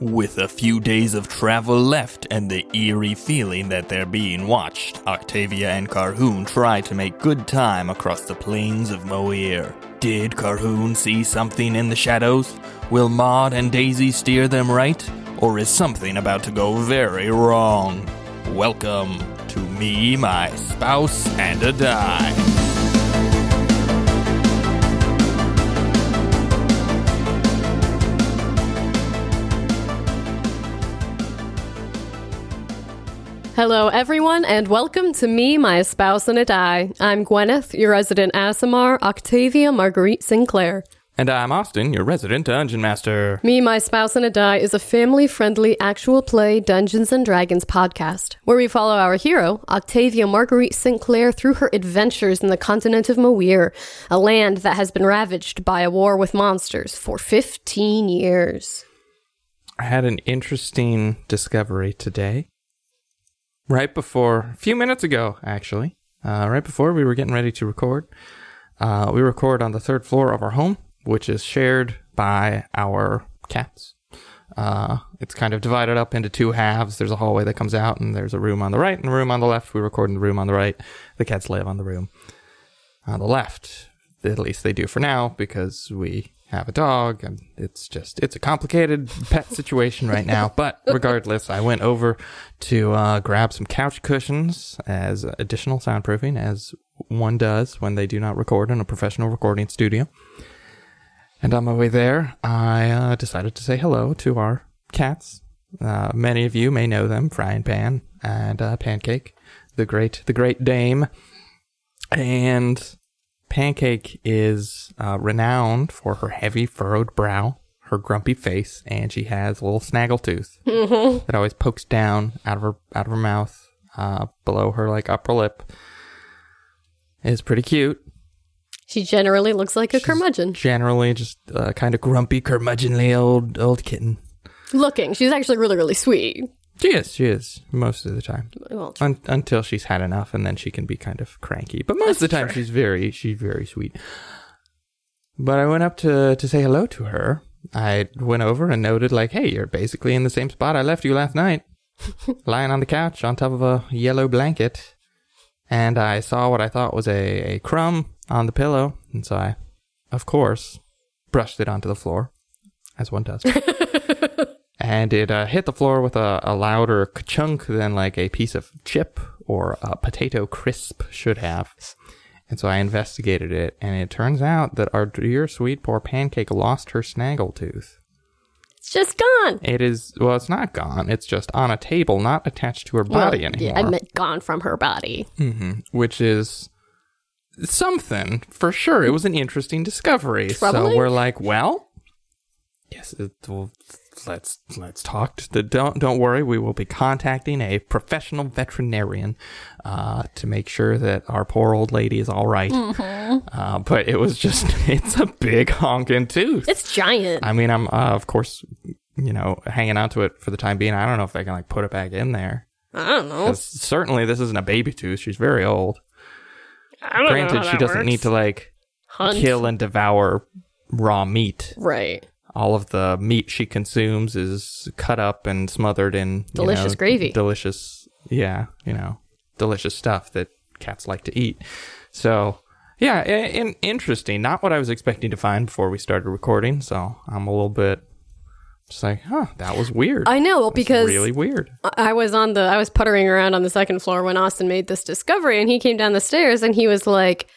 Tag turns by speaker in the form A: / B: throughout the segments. A: With a few days of travel left and the eerie feeling that they're being watched, Octavia and Carhoon try to make good time across the plains of Moir. Did Carhoon see something in the shadows? Will Maud and Daisy steer them right? Or is something about to go very wrong? Welcome to Me, My Spouse, and a Dime.
B: Hello, everyone, and welcome to Me, My Spouse, and a Die. I'm Gwyneth, your resident Asimar, Octavia Marguerite Sinclair.
A: And I'm Austin, your resident dungeon master.
B: Me, My Spouse, and a Die is a family friendly actual play Dungeons and Dragons podcast where we follow our hero, Octavia Marguerite Sinclair, through her adventures in the continent of Moir, a land that has been ravaged by a war with monsters for 15 years.
C: I had an interesting discovery today. Right before, a few minutes ago, actually, uh, right before we were getting ready to record, uh, we record on the third floor of our home, which is shared by our cats. Uh, it's kind of divided up into two halves. There's a hallway that comes out, and there's a room on the right and a room on the left. We record in the room on the right. The cats live on the room on the left. At least they do for now because we have a dog and it's just it's a complicated pet situation right now. But regardless, I went over to uh, grab some couch cushions as additional soundproofing, as one does when they do not record in a professional recording studio. And on my way there, I uh, decided to say hello to our cats. Uh, many of you may know them, Frying Pan and uh, Pancake, the great the great dame. And Pancake is uh, renowned for her heavy furrowed brow, her grumpy face, and she has a little snaggle tooth that always pokes down out of her out of her mouth, uh, below her like upper lip. It's pretty cute.
B: She generally looks like a
C: She's
B: curmudgeon.
C: Generally, just uh, kind of grumpy, curmudgeonly old old kitten.
B: Looking, she's actually really, really sweet.
C: She is. She is most of the time.
B: Well,
C: Un- until she's had enough, and then she can be kind of cranky. But most of the time, she's very she's very sweet. But I went up to to say hello to her. I went over and noted like, "Hey, you're basically in the same spot I left you last night, lying on the couch on top of a yellow blanket." And I saw what I thought was a, a crumb on the pillow, and so I, of course, brushed it onto the floor, as one does. and it uh, hit the floor with a, a louder chunk than like a piece of chip or a potato crisp should have. And so I investigated it, and it turns out that our dear sweet poor pancake lost her snaggletooth.
B: it's just gone.
C: It is well, it's not gone. It's just on a table, not attached to her body
B: Well,
C: anymore,
B: Yeah, I meant gone from her body.
C: which is something for sure. It was an interesting discovery.
B: Troubling?
C: So we're like, well, yes, it, well, let's let's talk. To the, don't don't worry, we will be contacting a professional veterinarian uh, to make sure that our poor old lady is all right. Uh, but it was just it's a big honking tooth.
B: It's giant.
C: I mean, I'm uh, of course, you know, hanging on to it for the time being. I don't know if they can like put it back in there.
B: I don't know.
C: 'Cause Certainly, this isn't a baby tooth. She's very old.
B: I don't know
C: Granted,
B: how
C: she
B: that
C: doesn't need
B: works.
C: to like
B: Hunt.
C: kill and devour raw meat.
B: Right.
C: All of the meat she consumes is cut up and smothered in you
B: Delicious
C: know,
B: gravy.
C: Delicious, yeah, you know, delicious stuff that cats like to eat. So, yeah, and interesting. Not what I was expecting to find before we started recording. So I'm a little bit just like, huh, that was weird.
B: I know well,
C: That's
B: because
C: really weird.
B: I- I was on the I was puttering around on the second floor when Austin made this discovery, and he came down the stairs and he was like,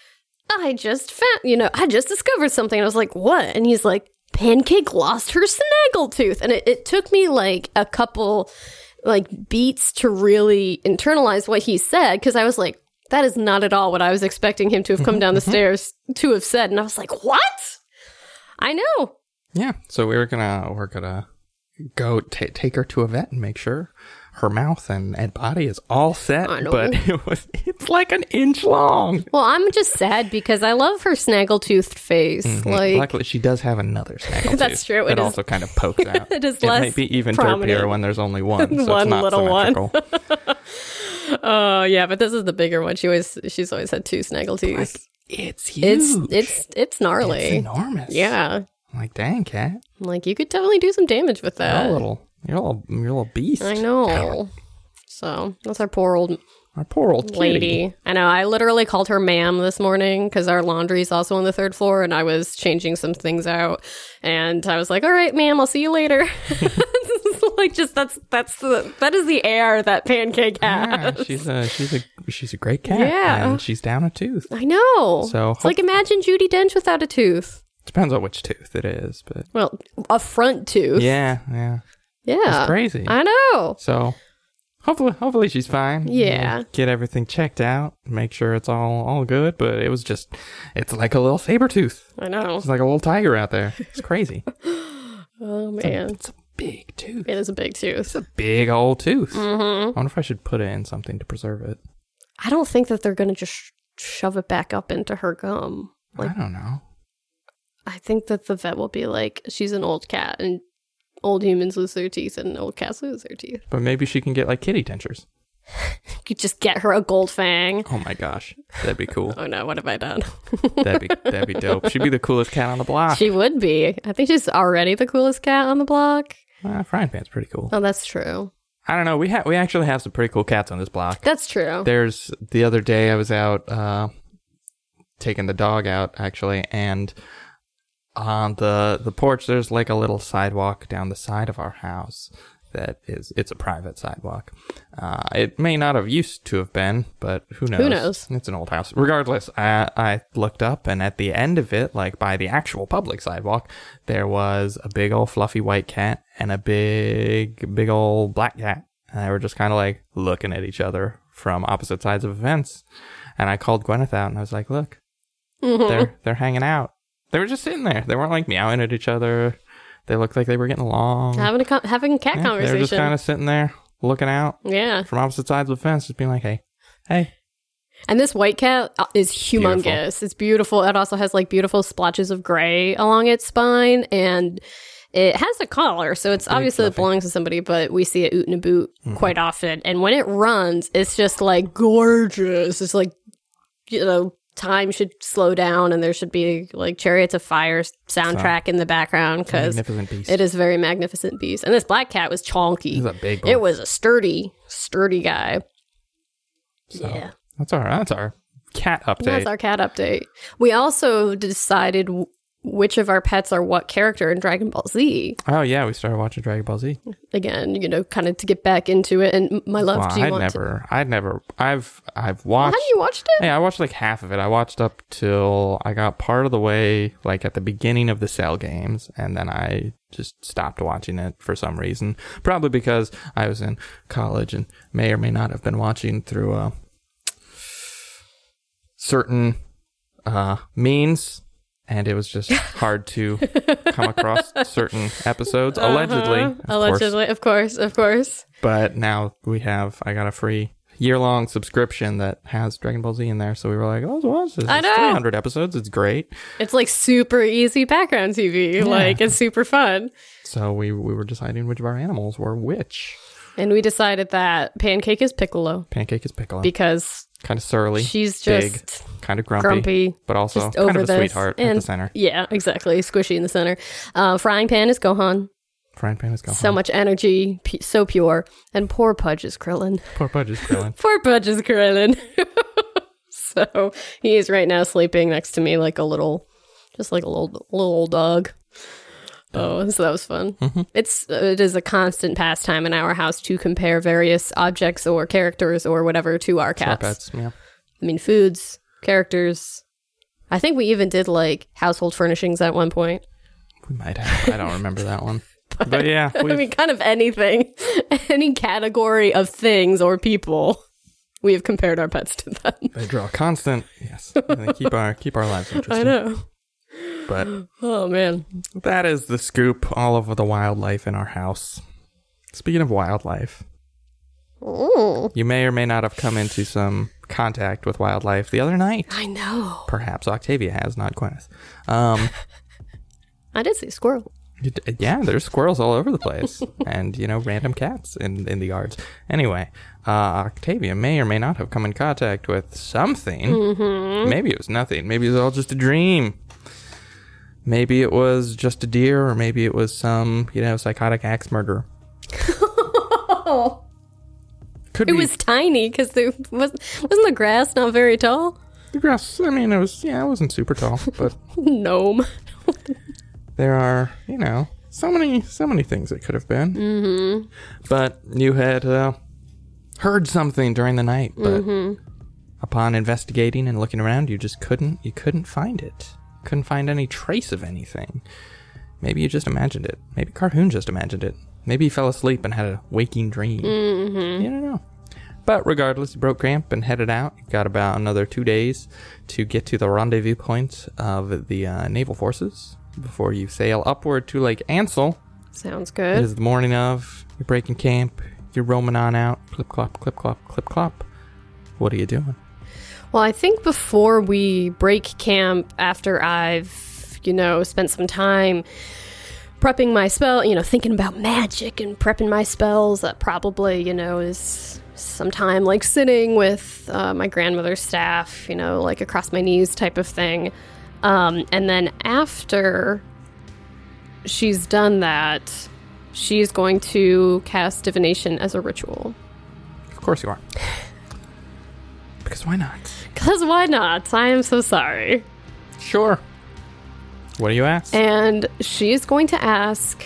B: "I just found, you know, I just discovered something." And I was like, "What?" And he's like, "Pancake lost her snaggletooth," and it, it took me like a couple like beats to really internalize what he said because I was like, "That is not at all what I was expecting him to have come down the stairs to have said," and I was like, "What?" I know.
C: Yeah, so we were gonna we're gonna go ta take her to a vet and make sure her mouth and, and body is all set.
B: I know.
C: But it was it's like an inch long.
B: Well, I'm just sad because I love her snaggletooth face. Like,
C: Luckily, she does have another snaggle.
B: That's true, it
C: It
B: is-
C: also kind of pokes out.
B: it is
C: It
B: less
C: might be even
B: prominent.
C: derpier when there's only one. So
B: One
C: it's not
B: little one.
C: symmetrical.
B: Oh yeah, but this is the bigger one. She always she's always had two snaggletooths.
C: It's huge.
B: It's it's it's gnarly.
C: It's enormous.
B: yeah.
C: I'm like dang cat.
B: Like you could definitely do some damage with
C: How
B: that.
C: little You're all you're a little beast.
B: Uh, I know. So that's our poor old
C: Our poor old kitty.
B: lady. I know. I literally called her ma'am this morning because our laundry's also on the third floor, and I was changing some things out, and I was like, "All right, ma'am, I'll see you later." like, just that's that's the that is the air that pancake
C: Yeah,
B: has.
C: she's a she's a she's a great cat.
B: Yeah.
C: and she's down a tooth.
B: I know.
C: So
B: it's like imagine Judy Dench without a tooth.
C: Depends on which tooth it is, but
B: Well, a front tooth.
C: yeah, yeah,
B: yeah.
C: it's crazy.
B: Uh, I know.
C: So hopefully, hopefully she's fine.
B: Yeah.
C: We'll get everything checked out, make sure it's all all good. But it was just, it's like a little saber tooth.
B: I know.
C: It's like a little tiger out there. It's crazy.
B: Oh man,
C: it's a big tooth.
B: it is a big tooth.
C: It's a big old tooth.
B: Mm-hmm.
C: I wonder if I should put it in something to preserve it.
B: I don't think that they're gonna just sh- shove it back up into her gum. Like
C: I don't know.
B: I think that the vet will be like, she's an old cat, and old humans lose their teeth, and old cats lose their teeth.
C: But maybe she can get like kitty dentures.
B: You could just get her a gold fang.
C: Oh my gosh, that'd be cool.
B: Oh no, what have I done?
C: That'd be that'd be dope. She'd be the coolest cat on the block.
B: she would be. I think she's already the coolest cat on the block.
C: Ah, frying pan's pretty cool.
B: Oh, that's true.
C: I don't know. We ha- we actually have some pretty cool cats on this block.
B: That's true.
C: there's the other day I was out uh, taking the dog out actually, and on the the porch there's like a little sidewalk down the side of our house that is it's a private sidewalk. Uh, it may not have used to have been, but who knows?
B: knows?
C: It's an old house. Regardless, I I looked up and at the end of it, like by the actual public sidewalk, there was a big old fluffy white cat and a big big old black cat. And they were just kind of like looking at each other from opposite sides of a fence. And I called Gwyneth out and I was like, "Look, they're they're hanging out. They were just sitting there. They weren't like meowing at each other. They looked like they were getting along.
B: having a co- having a cat
C: Yeah, they
B: conversation.
C: were just kind of sitting there looking out
B: yeah,
C: from opposite sides of the fence, just being like, "Hey, hey,
B: and this white cat uh, is humongous. It's beautiful. It also has like beautiful splotches of gray along its spine, and it has a collar, so it's obviously it belongs to somebody. But we see it oot and a boot
C: Mm-hmm.
B: quite often, and when it runs, it's just like gorgeous. It's like you know, time should slow down, and there should be like chariots of fire soundtrack in the background because
C: magnificent beast."
B: it is a very magnificent beast. And this black cat was chonky.
C: He's a big
B: It
C: one.
B: was a sturdy, sturdy guy. Yeah.
C: That's our that's our cat update.
B: That's our cat update. We also decided w- which of our pets are what character in Dragon Ball Z.
C: oh yeah, we started watching Dragon Ball Z.
B: Again, you know, kind of to get back into it. And m- my love,
C: Wow,
B: do you
C: I'd
B: want to?
C: never, I'd never, I've I've watched.
B: Have you watched it?
C: Yeah, I watched like half of it. I watched up till I got part of the way, like at the beginning of the Cell games, and then I just stopped watching it for some reason. Probably because I was in college and may or may not have been watching through uh, certain uh, means, and it was just hard to come across certain episodes, allegedly. of course
B: Uh-huh. Allegedly, of course, of course.
C: but now we have I got a free year long subscription that has Dragon Ball Z in there. So we were like, oh, well, this is
B: I know.
C: 300 episodes. It's great.
B: It's like super easy background TV. Like it's super fun.
C: So we we were deciding which of our animals were which.
B: And we decided that Pancake is Piccolo
C: Pancake is Piccolo,
B: because
C: kind of surly,
B: she's
C: big,
B: just
C: kind of grumpy,
B: grumpy.
C: but also
B: just
C: kind
B: over
C: of a
B: this.
C: sweetheart at the
B: And-
C: center.
B: Yeah, exactly. Squishy in the center. Uh, frying pan is Gohan.
C: Frying pan is gone.
B: So much energy, pu- so pure. And poor Pudge is Krillin.
C: Poor Pudge is Krillin.
B: Poor Pudge is Krillin. so he is right now sleeping next to me like a little, just like a little, little old dog. Oh, so that was fun. It's uh, it is a constant pastime in our house to compare various objects or characters or whatever to our
C: Our
B: cats.
C: pets, yeah.
B: I mean, foods, characters. I think we even did like household furnishings at one point.
C: We might have. I don't remember that one. But, yeah,
B: I
C: we've,
B: mean, kind of anything, any category of things or people. We have compared our pets to them.
C: they draw constant. Yes, and they keep our keep our lives
B: I
C: interesting.
B: know.
C: But
B: Oh man.
C: That is the scoop all over the wildlife in our house. Speaking of wildlife, you may or may not have come into some contact with wildlife the other night.
B: I know.
C: Perhaps Octavia has, not Gwyneth. Um,
B: I did see squirrel.
C: you d- yeah, there's squirrels all over the place, and you know, random cats in in the yards. Anyway, uh, Octavia may or may not have come in contact with something. Maybe it was nothing. Maybe it was all just a dream. Maybe it was just a deer, or maybe it was some you know psychotic axe murderer.
B: tall.
C: Could
B: It
C: be
B: was tiny because there was, wasn't the grass not very tall.
C: the grass. I mean, it was yeah, it wasn't super tall, but
B: Gnome.
C: there are you know so many so many things it could have been. Mm-hmm. But you had uh, heard something during the night, but upon investigating and looking around, you just couldn't you couldn't find it. Couldn't find any trace of anything. Maybe you just imagined it. Maybe Carhoon just imagined it. Maybe he fell asleep and had a waking dream. You don't know. But regardless, he broke camp and headed out. Got about another two days to get to the rendezvous point of the uh, naval forces before you sail upward to Lake Ansel.
B: Sounds
C: It
B: good.
C: is the morning of. You're breaking camp. You're roaming on out. Clip clop, clip clop, clip clop. What are you doing?
B: Well, I think before we break camp, after I've, you know, spent some time prepping my spell, you know, thinking about magic and prepping my spells, that probably, you know, is some time like sitting with uh, my grandmother's staff, you know, like across my knees type of thing. Um, and then after she's done that, she's going to cast divination as a ritual.
C: Of course you are. Because why not?
B: Because why not? I am so sorry.
C: Sure. What do you ask?
B: And she is going to ask,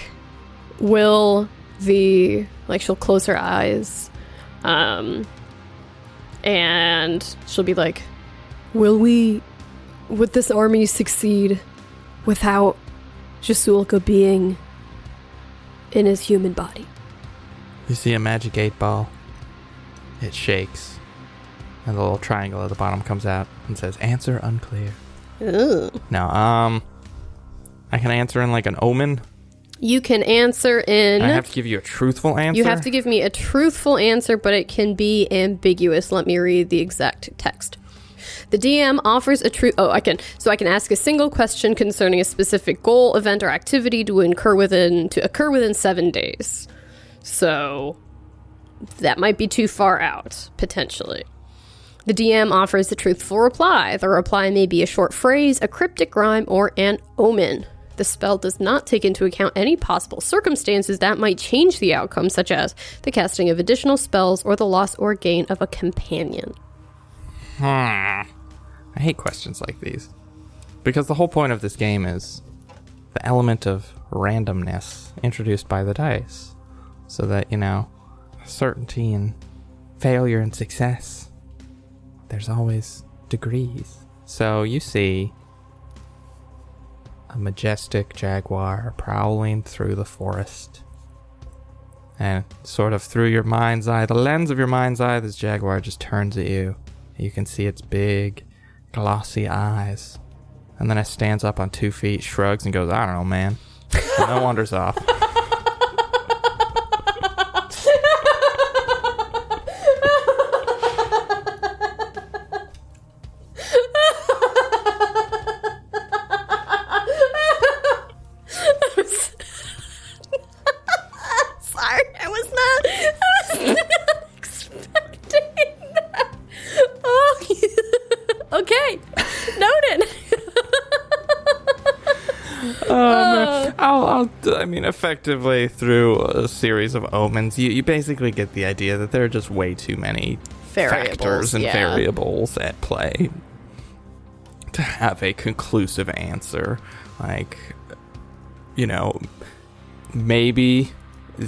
B: will the, like, she'll close her eyes. Um, and she'll be like, will we, would this army succeed without Jasulka being in his human body?
C: You see a magic eight ball. It shakes. And the little triangle at the bottom comes out and says, Answer unclear. No, um. I can answer in like an omen.
B: You can answer in.
C: I have to give you a truthful answer.
B: you have to give me a truthful answer, but it can be ambiguous. Let me read the exact text. The DM offers a true. Oh, I can. So I can ask a single question concerning a specific goal, event, or activity to incur within to occur within seven days. So that might be too far out potentially. The DM offers a truthful reply. The reply may be a short phrase, a cryptic rhyme, or an omen. The spell does not take into account any possible circumstances that might change the outcome, such as the casting of additional spells or the loss or gain of a companion.
C: Hmm. I hate questions like these. Because the whole point of this game is the element of randomness introduced by the dice. So that, you know, certainty and failure and success, there's always degrees. So you see a majestic jaguar prowling through the forest. And sort of through your mind's eye, the lens of your mind's eye, this jaguar just turns at you. You can see its big, glossy eyes. And then it stands up on two feet, shrugs, and goes, I don't know, man. And then wanders off.
B: Sorry, I was not. I was not expecting that. Oh, okay. Noted.
C: I'll, I'll, I mean, effectively through a series of omens, you, you basically get the idea that there are just way too many factors and
B: yeah.
C: variables at play to have a conclusive answer. Like, you know, maybe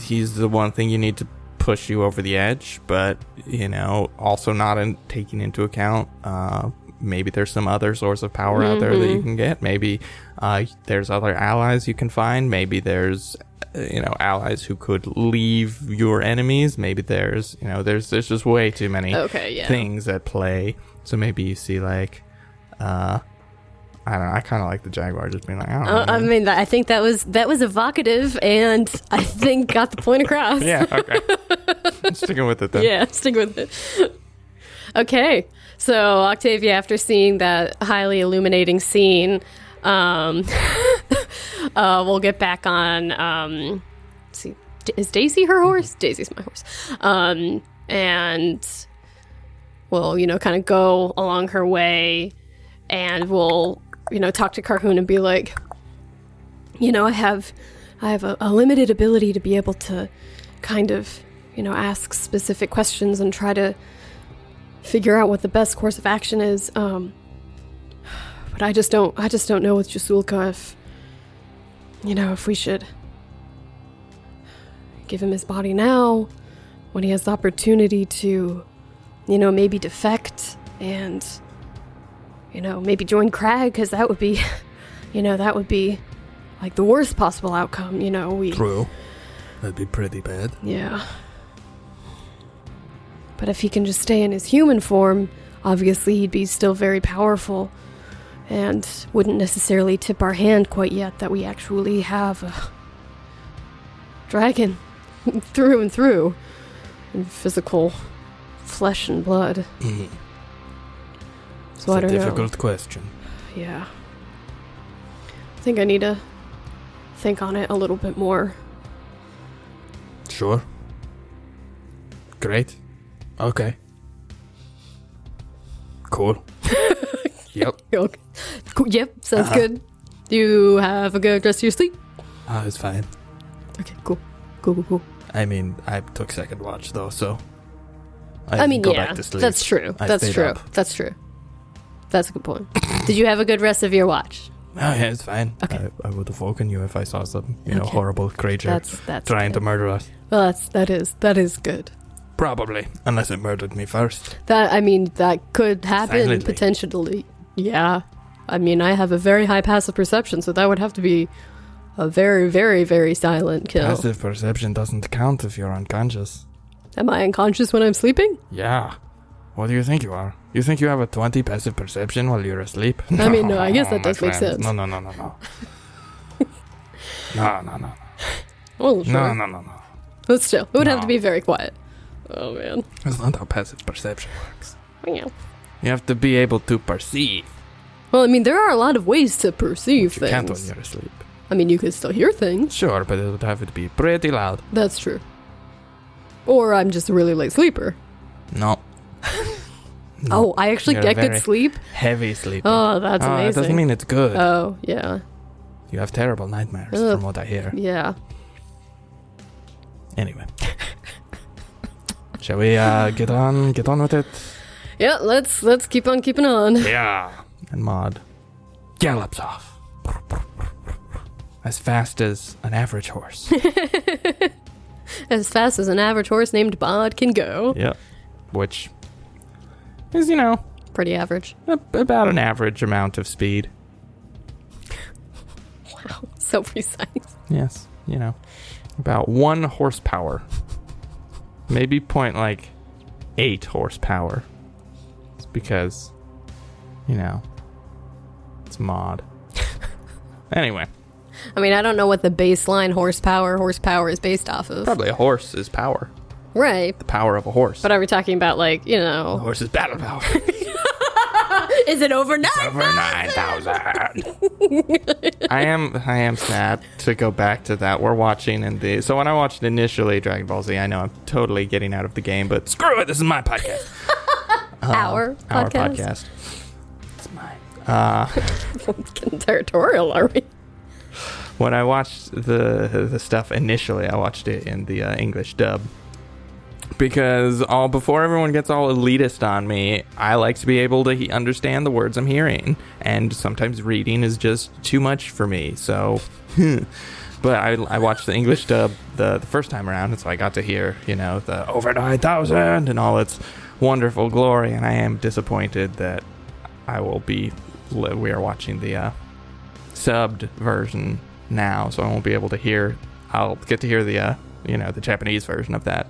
C: he's the one thing you need to push you over the edge, but, you know, also not in, taking into account. Uh, Maybe there's some other source of power out there that you can get. Maybe uh, there's other allies you can find. Maybe there's uh, you know allies who could leave your enemies. Maybe there's you know there's there's just way too many
B: Okay, yeah.
C: things at play. So maybe you see like, uh, I don't know. I kind of like the jaguar just being like, I don't
B: Uh,
C: know.
B: I
C: man.
B: mean, that, I think that was that was evocative, and I think got the point across.
C: yeah, okay. I'm sticking with it then.
B: yeah, stick with it. okay, so Octavia, after seeing that highly illuminating scene, um, uh, we'll get back on. Um, let's see, D- is Daisy her horse? Daisy's my horse, um, and we'll you know kind of go along her way, and we'll you know talk to Carhoon and be like, you know, I have, I have a, a limited ability to be able to kind of you know, ask specific questions and try to figure out what the best course of action is. Um, but I just don't. I just don't know with Jasulka if you know if we should give him his body now when he has the opportunity to, you know, maybe defect and you know maybe join Crag because that would be, you know, that would be like the worst possible outcome. You know, we
A: True. That'd be pretty bad.
B: yeah. But if he can just stay in his human form, obviously he'd be still very powerful and wouldn't necessarily tip our hand quite yet that we actually have a dragon through and through in physical flesh and blood.
A: Mhm.
B: So I
A: it's
B: don't
A: a
B: know.
A: difficult question.
B: Yeah. I think I need to think on it a little bit more.
A: Sure. Great. Okay. Cool. yep.
B: Okay. Cool. Yep, sounds
A: Uh-huh.
B: good. You have a good rest of your sleep.
A: Ah, it's fine.
B: Okay, cool. Cool, cool, cool.
A: I mean, I took second watch though, so
B: I,
A: can
B: mean,
A: go
B: yeah,
A: back to sleep.
B: that's true.
A: I
B: that's
A: stayed
B: true.
A: up.
B: That's true. That's a good point. Did you have a good rest of your watch?
A: Oh yeah, it's fine.
B: Okay.
A: I, I would have woken you if I saw some, you know,
B: Okay.
A: horrible creature
B: That's that's
A: trying to
B: good.
A: murder us.
B: Well, that's that is that is good.
A: Probably, unless it murdered me first.
B: That I mean, that could happen
A: Silently.
B: potentially. Yeah, I mean, I have a very high passive perception, so that would have to be a very, very, very silent kill.
A: Passive perception doesn't count if you're unconscious.
B: Am I unconscious when I'm sleeping?
A: Yeah. What do you think you are? You think you have a 20 passive perception while you're asleep?
B: I mean, no, I guess that
A: my
B: does make
A: friend.
B: sense.
A: No, no, no, no, no. no, no, no.
B: Well, sure.
A: No, no, no, no.
B: But still, it would have
A: No.
B: to be very quiet. Oh man.
A: That's not how passive perception works.
B: Yeah.
A: You have to be able to perceive.
B: Well, I mean, there are a lot of ways to perceive
A: You can't when
B: things.
A: you're asleep.
B: I mean, you can still hear things.
A: Sure, but it would have to be pretty loud.
B: That's true. Or I'm just a really late sleeper.
A: No.
B: Oh, I actually
A: You're
B: I
A: very-
B: could sleep.
A: Heavy sleep.
B: Oh, that's
A: Ah, That
B: amazing.
A: doesn't mean it's good.
B: oh, yeah,
A: you have terrible nightmares,
B: Ugh.
A: from what I hear.
B: yeah.
A: Anyway. Shall we uh, get on get on with it?
B: Yeah, let's let's keep on keeping on.
A: Yeah. And Maud gallops off. As fast as an average horse.
B: As fast as an average horse named Bod can go.
A: yeah. Which is, you know,
B: Pretty average.
C: A- about an average amount of speed.
B: Wow, so precise.
C: Yes, you know, about one horsepower. Maybe point like eight horsepower. It's because, you know, it's mod. anyway,
B: I mean, I don't know what the baseline horsepower horsepower is based off of.
C: probably a horse is power.
B: Right.
C: The power of a horse.
B: But are we talking about like you know?
A: horse's battle power.
B: Is it overnight?
C: Over nine thousand. I am I am sad to go back to that. We're watching in the so when I watched initially Dragon Ball Z, I know I'm totally getting out of the game, but
A: Screw it, this is my podcast.
B: our
C: our
B: podcast.
C: podcast. Uh, It's mine.
B: Getting territorial, are we?
C: When I watched the the stuff initially, I watched it in the uh, English dub because all before everyone gets all elitist on me, I like to be able to he- understand the words I'm hearing, and sometimes reading is just too much for me. So, but I, I watched the English dub the, the first time around, and so I got to hear you know the over nine thousand and all its wonderful glory, and I am disappointed that I will be li- we are watching the uh, subbed version now, so I won't be able to hear. I'll get to hear the uh, you know the Japanese version of that,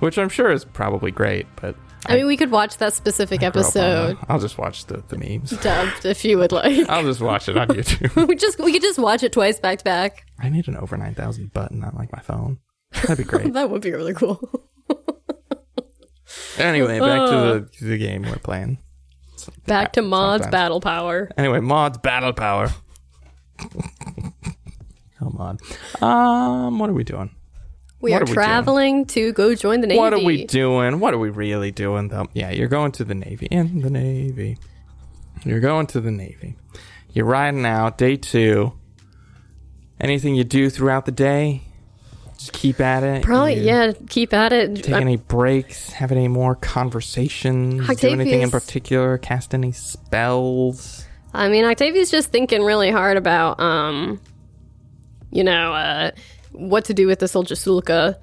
C: which I'm sure is probably great. But
B: I mean, we could watch that specific
C: grew up on
B: episode
C: the- I'll just watch the, the memes.
B: dubbed if you would like.
C: I'll just watch it on YouTube.
B: we just we could just watch it twice back to back.
C: I need an over nine thousand button on like my phone. That'd be great.
B: That would be really cool.
C: anyway, back to the, the game we're playing.
B: Back to Mod's
C: Sometimes.
B: battle power.
C: Anyway, Mod's battle power. Come on. Um, what are we doing?
B: We
C: What
B: are
C: are we doing?
B: traveling to go join the navy.
C: What are we doing? What are we really doing though? Yeah, you're going to the Navy. In the Navy. You're going to the Navy. You're riding out, day two. Anything you do throughout the day? Just keep at it.
B: Probably,
C: You
B: yeah. Keep at it.
C: Take
B: Uh,
C: any breaks, have any more conversations, do anything in
B: Octavius-
C: particular, cast any spells.
B: I mean, Octavia's just thinking really hard about, um, you know, uh, what to do with this whole Jasulka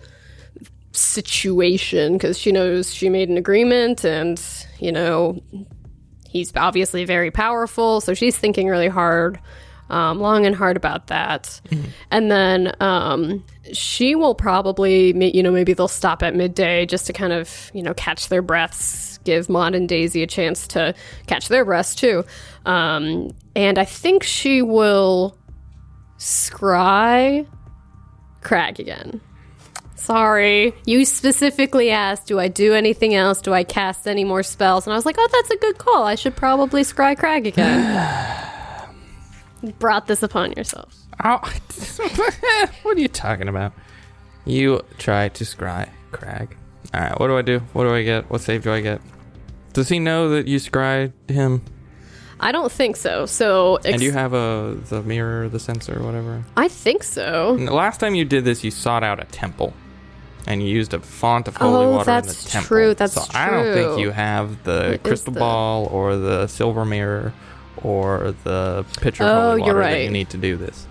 B: situation because she knows she made an agreement and, you know, he's obviously very powerful. So she's thinking really hard, um, long and hard about that. And then um, she will probably, ma- you know, maybe they'll stop at midday just to kind of, you know, catch their breaths, give Maud and Daisy a chance to catch their breaths too. Um, and I think she will scry Crag again. Sorry, you specifically asked, do I do anything else? Do I cast any more spells? And I was like, oh, that's a good call. I should probably scry Crag again. Brought this upon yourself.
C: Ow. what are you talking about? You try to scry Crag. All right, what do I do? What do I get? What save do I get? Does he know that you scry him?
B: I don't think so. So, ex-
C: and you have a the mirror, the sensor, whatever.
B: I think so.
C: And the last time you did this, you sought out a temple, and you used a font of holy
B: Oh,
C: water in
B: that's
C: the temple.
B: true, that's
C: so I don't think
B: true.
C: you have the
B: is
C: crystal
B: the-
C: ball or the silver mirror or the pitcher of
B: Oh,
C: holy
B: you're
C: water that you
B: right.
C: need to do this.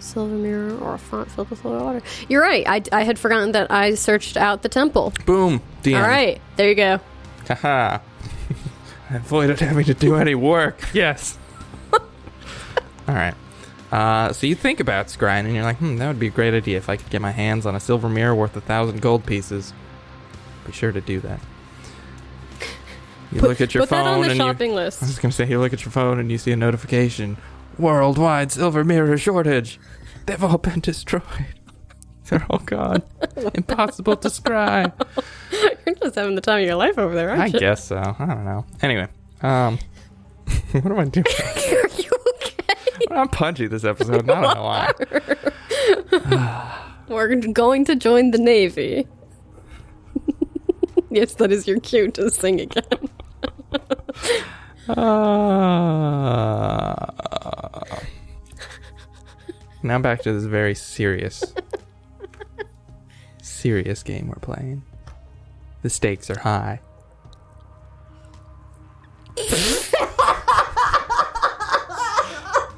B: Silver mirror or a font filled with holy water. You're right. I, I had forgotten that I searched out the temple.
C: Boom. DM.
B: All right, there you go.
C: Haha. I avoided having to do any work. Yes. All right. Uh, so you think about scrying, and you're like, hmm, that would be a great idea if I could get my hands on a silver mirror worth a thousand gold pieces. Be sure to do that. You
B: Put-
C: look at your
B: Put
C: phone,
B: that on the
C: and you,
B: shopping
C: I was
B: list.
C: gonna say, you look at your phone, and you see a notification: worldwide silver mirror shortage. They've all been destroyed. They're all gone. Impossible to scry.
B: You're just having the time of your life over there, aren't
C: I
B: you?
C: guess so. I don't know. Anyway, um, what am I doing?
B: Are you okay?
C: I'm punchy this episode. and I don't know why.
B: We're going to join the Navy. yes, that is your cue to sing again.
C: Uh, now back to this very serious, serious game we're playing. The stakes are high.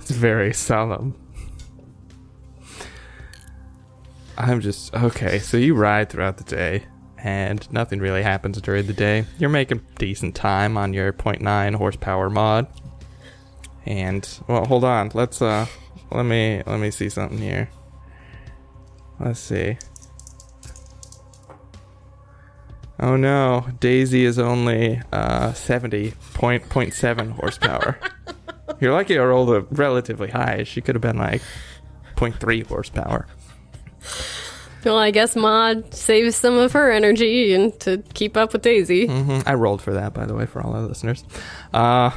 C: it's very solemn. I'm just okay. So you ride throughout the day, and nothing really happens during the day. You're making decent time on your 0.9 horsepower mod. And well, hold on. Let's uh, let me let me see something here. Let's see. Oh no, Daisy is only uh, 70.7 horsepower. You're lucky I rolled a relatively high. She could have been like 0.3 horsepower.
B: Well, I guess Maud saves some of her energy and to keep up with Daisy.
C: hmm I rolled for that, by the way, for all our listeners. Uh, on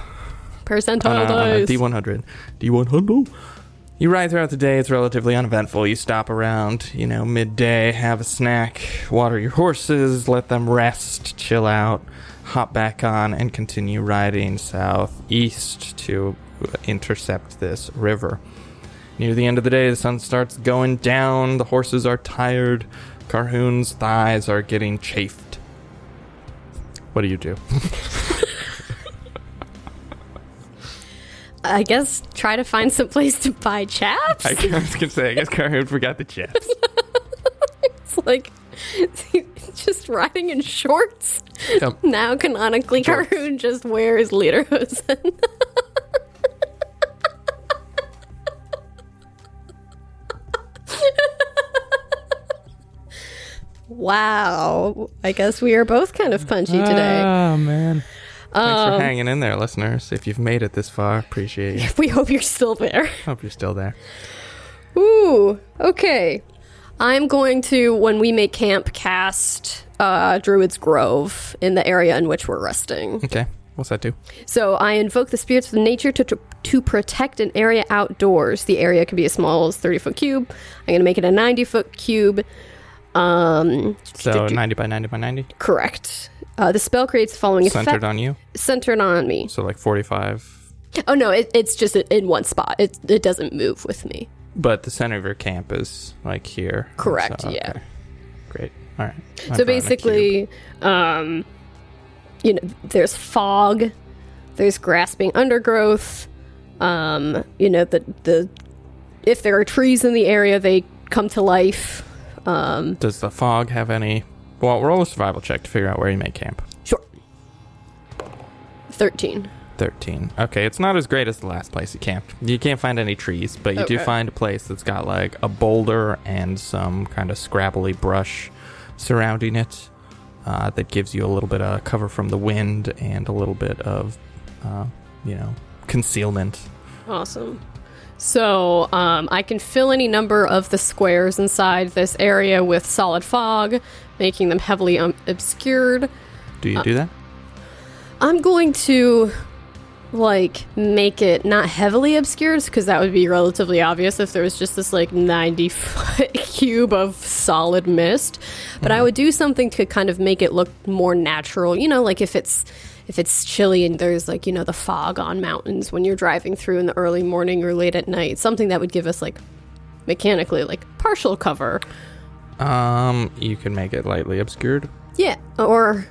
B: Percentile
C: a- on a
B: dies.
C: D100. D100. You ride throughout the day. It's relatively uneventful. You stop around, you know, midday, have a snack, water your horses, let them rest, chill out, hop back on, and continue riding southeast to uh, intercept this river. Near the end of the day, the sun starts going down. The horses are tired. Carhoon's thighs are getting chafed. What do you do?
B: I guess try to find some place to buy chaps.
C: I was gonna say, I guess Carhoon forgot the chaps.
B: It's like just riding in shorts.
C: Yep.
B: Now canonically,
C: Shorts.
B: Carhoon just wears lederhosen. wow. I guess we are both kind of punchy today.
C: Oh man. Thanks
B: Um,
C: for hanging in there, listeners. If you've made it this far, appreciate you.
B: We hope you're still there.
C: Hope you're still there.
B: Ooh, okay. I'm going to, when we make camp, cast uh, Druid's Grove in the area in which we're resting.
C: Okay. What's that do?
B: So I invoke the spirits of nature to, to, to protect an area outdoors. The area can be as small as 30 foot cube. I'm going to make it a 90 foot cube. Um,
C: So ninety by ninety by ninety,
B: correct. Uh, the spell creates the following
C: centered
B: effect
C: on you.
B: centered on me.
C: So like forty-five.
B: Oh no, it, it's just in one spot. It, it doesn't move with me.
C: But the center of your camp is like here.
B: Correct,
C: So,
B: yeah.
C: Great. All right. I brought in
B: so
C: a cube.
B: basically, um, you know, there's fog, there's grasping undergrowth. Um, you know, the the if there are trees in the area, they come to life. Um,
C: does the fog have any? Well, roll a survival check to figure out where you may camp.
B: sure. Thirteen.
C: 13. Okay, it's not as great as the last place you camped. You can't find any trees, but you do
B: Okay.
C: find a place that's got like a boulder and some kind of scrabbly brush surrounding it uh, that gives you a little bit of cover from the wind and a little bit of, uh, you know, concealment.
B: Awesome. So um, I can fill any number of the squares inside this area with solid fog, making them heavily um, obscured.
C: Do you do that?
B: I'm going to like make it not heavily obscured because that would be relatively obvious if there was just this like 90 foot cube of solid mist but i would do something to kind of make it look more natural you know like if it's if it's chilly and there's like you know the fog on mountains when you're driving through in the early morning or late at night something that would give us like mechanically like partial cover
C: Um, you can make it lightly obscured.
B: yeah or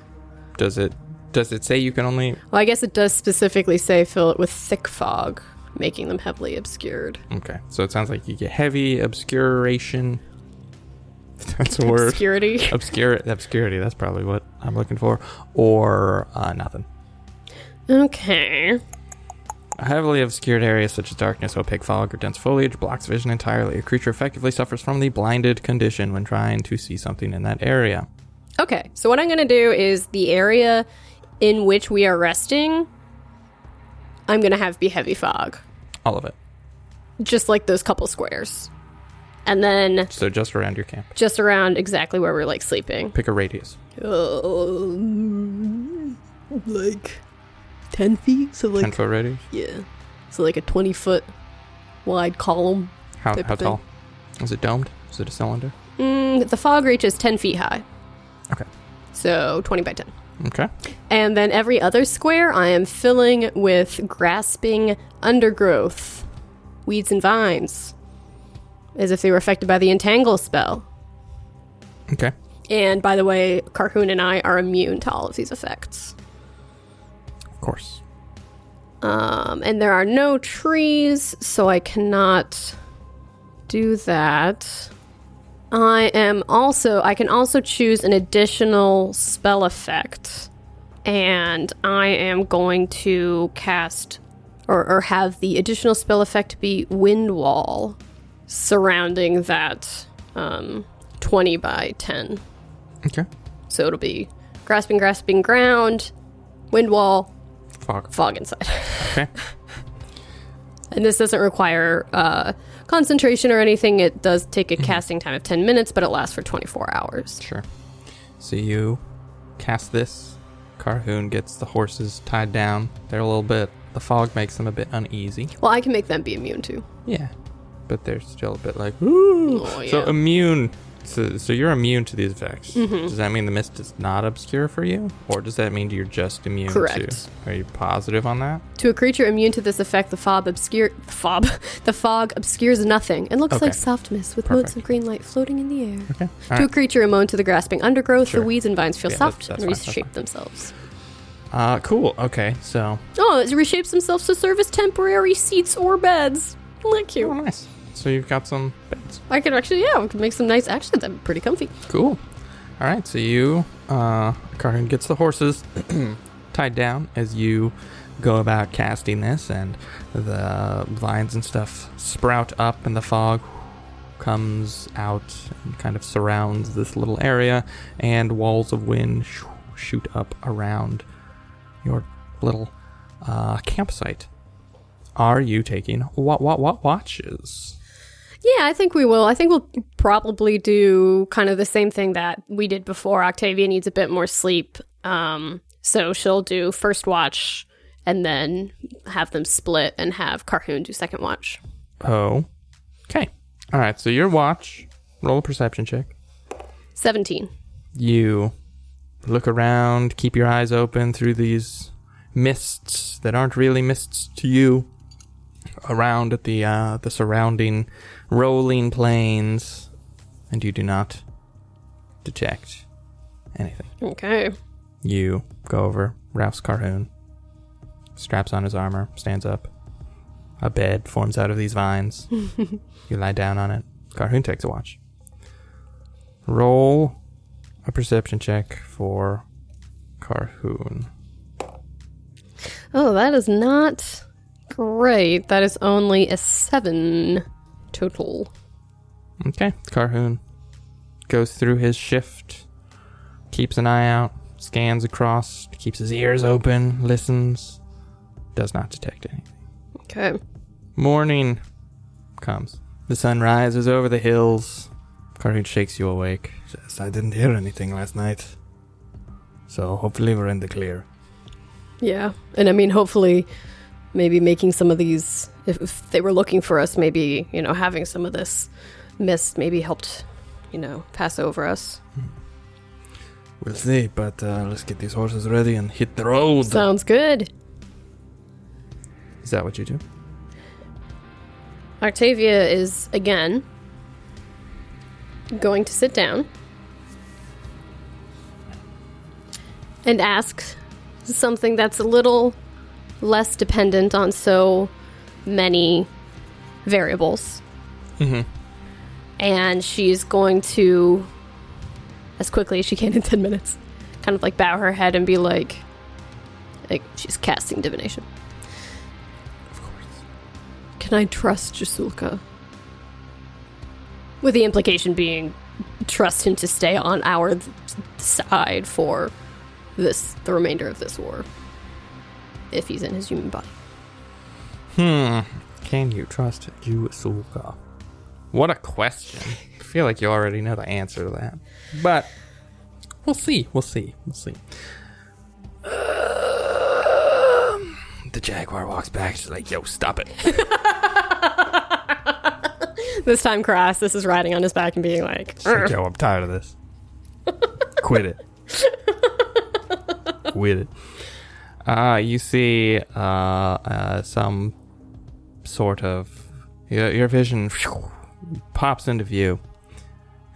C: Does it? Does it say you can only?
B: well i guess it does specifically say fill it with thick fog making them heavily obscured
C: Okay, so it sounds like you get heavy obscuration. That's a word.
B: obscurity.
C: Obscure obscurity. That's probably what I'm looking for, or uh, nothing.
B: Okay.
C: A heavily obscured area such as darkness, opaque fog, or dense foliage blocks vision entirely. A creature effectively suffers from the blinded condition when trying to see something in that area.
B: Okay. So what I'm going to do is the area in which we are resting, I'm going to have be heavy fog,
C: All of it.
B: just like those couple squares. And then
C: So just around your camp.
B: just around exactly where we're like sleeping.
C: Pick a radius.
B: Um, like 10 feet, so like
C: Ten foot radius.
B: yeah. So like a 20 foot wide column.
C: How
B: Type
C: how
B: of thing.
C: tall? Is it domed? Is it a cylinder?
B: Mm, the fog reaches 10 feet high.
C: Okay.
B: So 20 by 10.
C: Okay.
B: And then every other square I am filling with grasping undergrowth, weeds and vines, as if they were affected by the entangle spell.
C: Okay.
B: And by the way, Carhoon and I are immune to all of these effects.
C: Of course.
B: Um, and there are no trees, so I cannot do that. I am also I can also choose an additional spell effect, and I am going to cast or, or have the additional spell effect be wind wall surrounding that um, twenty by ten.
C: Okay.
B: So it'll be grasping, grasping ground, wind wall,
C: Fog.
B: fog inside.
C: Okay.
B: And this doesn't require uh, concentration or anything. It does take a
C: Mm-hmm.
B: casting time of 10 minutes, but it lasts for 24 hours.
C: Sure. So you cast this. Carhoon gets the horses tied down. They're a little bit. The fog makes them a bit uneasy.
B: Well, I can make them be immune too.
C: Yeah. But they're still a bit like, ooh.
B: Oh, yeah.
C: So immune. So, so you're immune to these effects. Does that mean the mist is not obscure for you? Or does that mean you're just immune
B: Correct.
C: to? Are you positive on that?
B: to a creature immune to this effect, the fog obscure the fog the fog obscures nothing and looks
C: Okay.
B: like soft mist with motes
C: Perfect.
B: of green light floating in the air.
C: Okay.
B: to a creature immune to the grasping undergrowth,
C: Sure.
B: the weeds and vines feel
C: Yeah, that's-
B: soft
C: that's
B: and
C: fine, that's
B: reshape
C: fine.
B: themselves.
C: Uh, cool. Okay. So.
B: Oh, it reshapes themselves to serve as temporary seats or beds. Look
C: Oh,
B: you.
C: nice. So you've got some beds.
B: I could actually, yeah, we could make some nice. Actually, that'd be pretty comfy.
C: Cool. All right, so you, uh, Carhoon gets the horses tied down as you go about casting this, and the vines and stuff sprout up, and the fog comes out and kind of surrounds this little area, and walls of wind sh- shoot up around your little uh, campsite. Are you taking what what what watches?
B: Yeah, I think we will. I think we'll probably do kind of the same thing that we did before. Octavia needs a bit more sleep. Um, so she'll do first watch and then have them split and have Carhoon do second watch.
C: Oh. Okay. All right. So your watch, roll a perception check.
B: 17.
C: You look around, keep your eyes open through these mists that aren't really mists to you. around at the uh, the surrounding rolling plains, and you do not detect anything.
B: Okay.
C: You go over. Ralph's Carhoon straps on his armor, stands up. A bed forms out of these vines. you lie down on it. Carhoon takes a watch. Roll a perception check for Carhoon.
B: Oh, that is not great. That is only a seven total.
C: Okay. Carhoon goes through his shift, keeps an eye out, scans across, keeps his ears open, listens, does not detect anything.
B: Okay.
C: Morning comes. The sun rises over the hills. Carhoon shakes you awake. Says, I didn't hear anything last night. So hopefully we're in the clear.
B: Yeah. And I mean, hopefully, maybe making some of these, if, if they were looking for us, maybe, you know, having some of this mist maybe helped, you know, pass over us.
C: We'll see, but uh, let's get these horses ready and hit the road.
B: Sounds good.
C: Is that what you do?
B: Octavia is again going to sit down and ask something that's a little less dependent on so many variables. And she's going to, as quickly as she can in 10 minutes, kind of like bow her head and be like, like she's casting divination. Can I trust Jasulka? With the implication being, trust him to stay on our th- side for this the remainder of this war, if he's in his human body.
C: Hmm. Can you trust you, Sulka? What a question. I feel like you already know the answer to that. But we'll see. We'll see. We'll see. Um, the Jaguar walks back. She's like, yo, stop it.
B: This time, Crassus is riding on his back and being like,
C: She's like, yo, I'm tired of this. Quit it. Quit it. Uh, you see uh, uh, some sort of. Your, your vision phew, pops into view,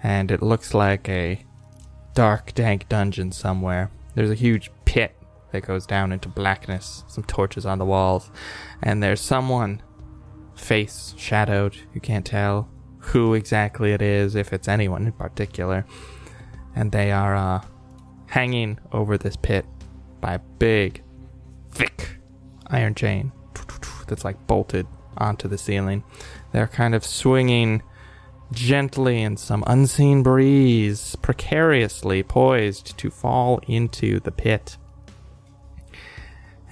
C: and it looks like a dark, dank dungeon somewhere. There's a huge pit that goes down into blackness, some torches on the walls, and there's someone, face shadowed, you can't tell who exactly it is, if it's anyone in particular, and they are uh, hanging over this pit by a big, thick iron chain that's like bolted onto the ceiling. They're kind of swinging gently in some unseen breeze, precariously poised to fall into the pit.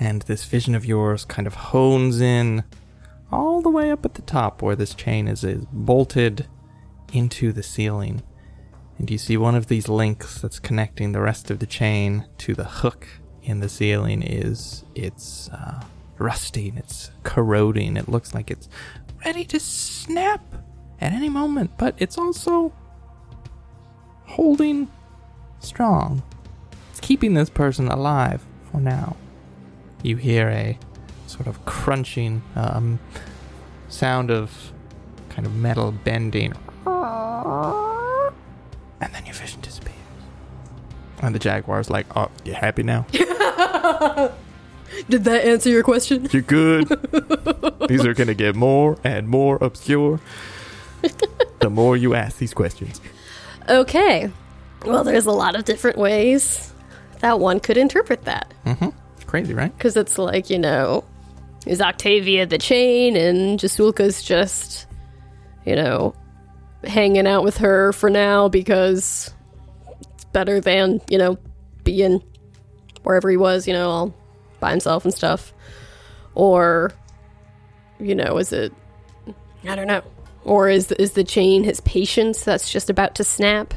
C: And this vision of yours kind of hones in all the way up at the top where this chain is, is bolted into the ceiling. And you see one of these links that's connecting the rest of the chain to the hook in the ceiling is it's uh, rusting, it's corroding. It looks like it's ready to snap at any moment, but it's also holding strong. It's keeping this person alive for now. You hear a sort of crunching um, sound of kind of metal bending. And then your vision disappears. And the Jaguar's like, oh, you happy now?
B: Did that answer your question?
C: You're good. these are going to get more and more obscure the more you ask these questions.
B: Okay. Well, there's a lot of different ways that one could interpret that.
C: It's crazy, right?
B: Because it's like, you know, is Octavia the chain and Jasulka's just, you know, hanging out with her for now because it's better than, you know, being wherever he was, you know, all by himself and stuff. Or, you know, is it, I don't know. Or is, is the chain his patience that's just about to snap?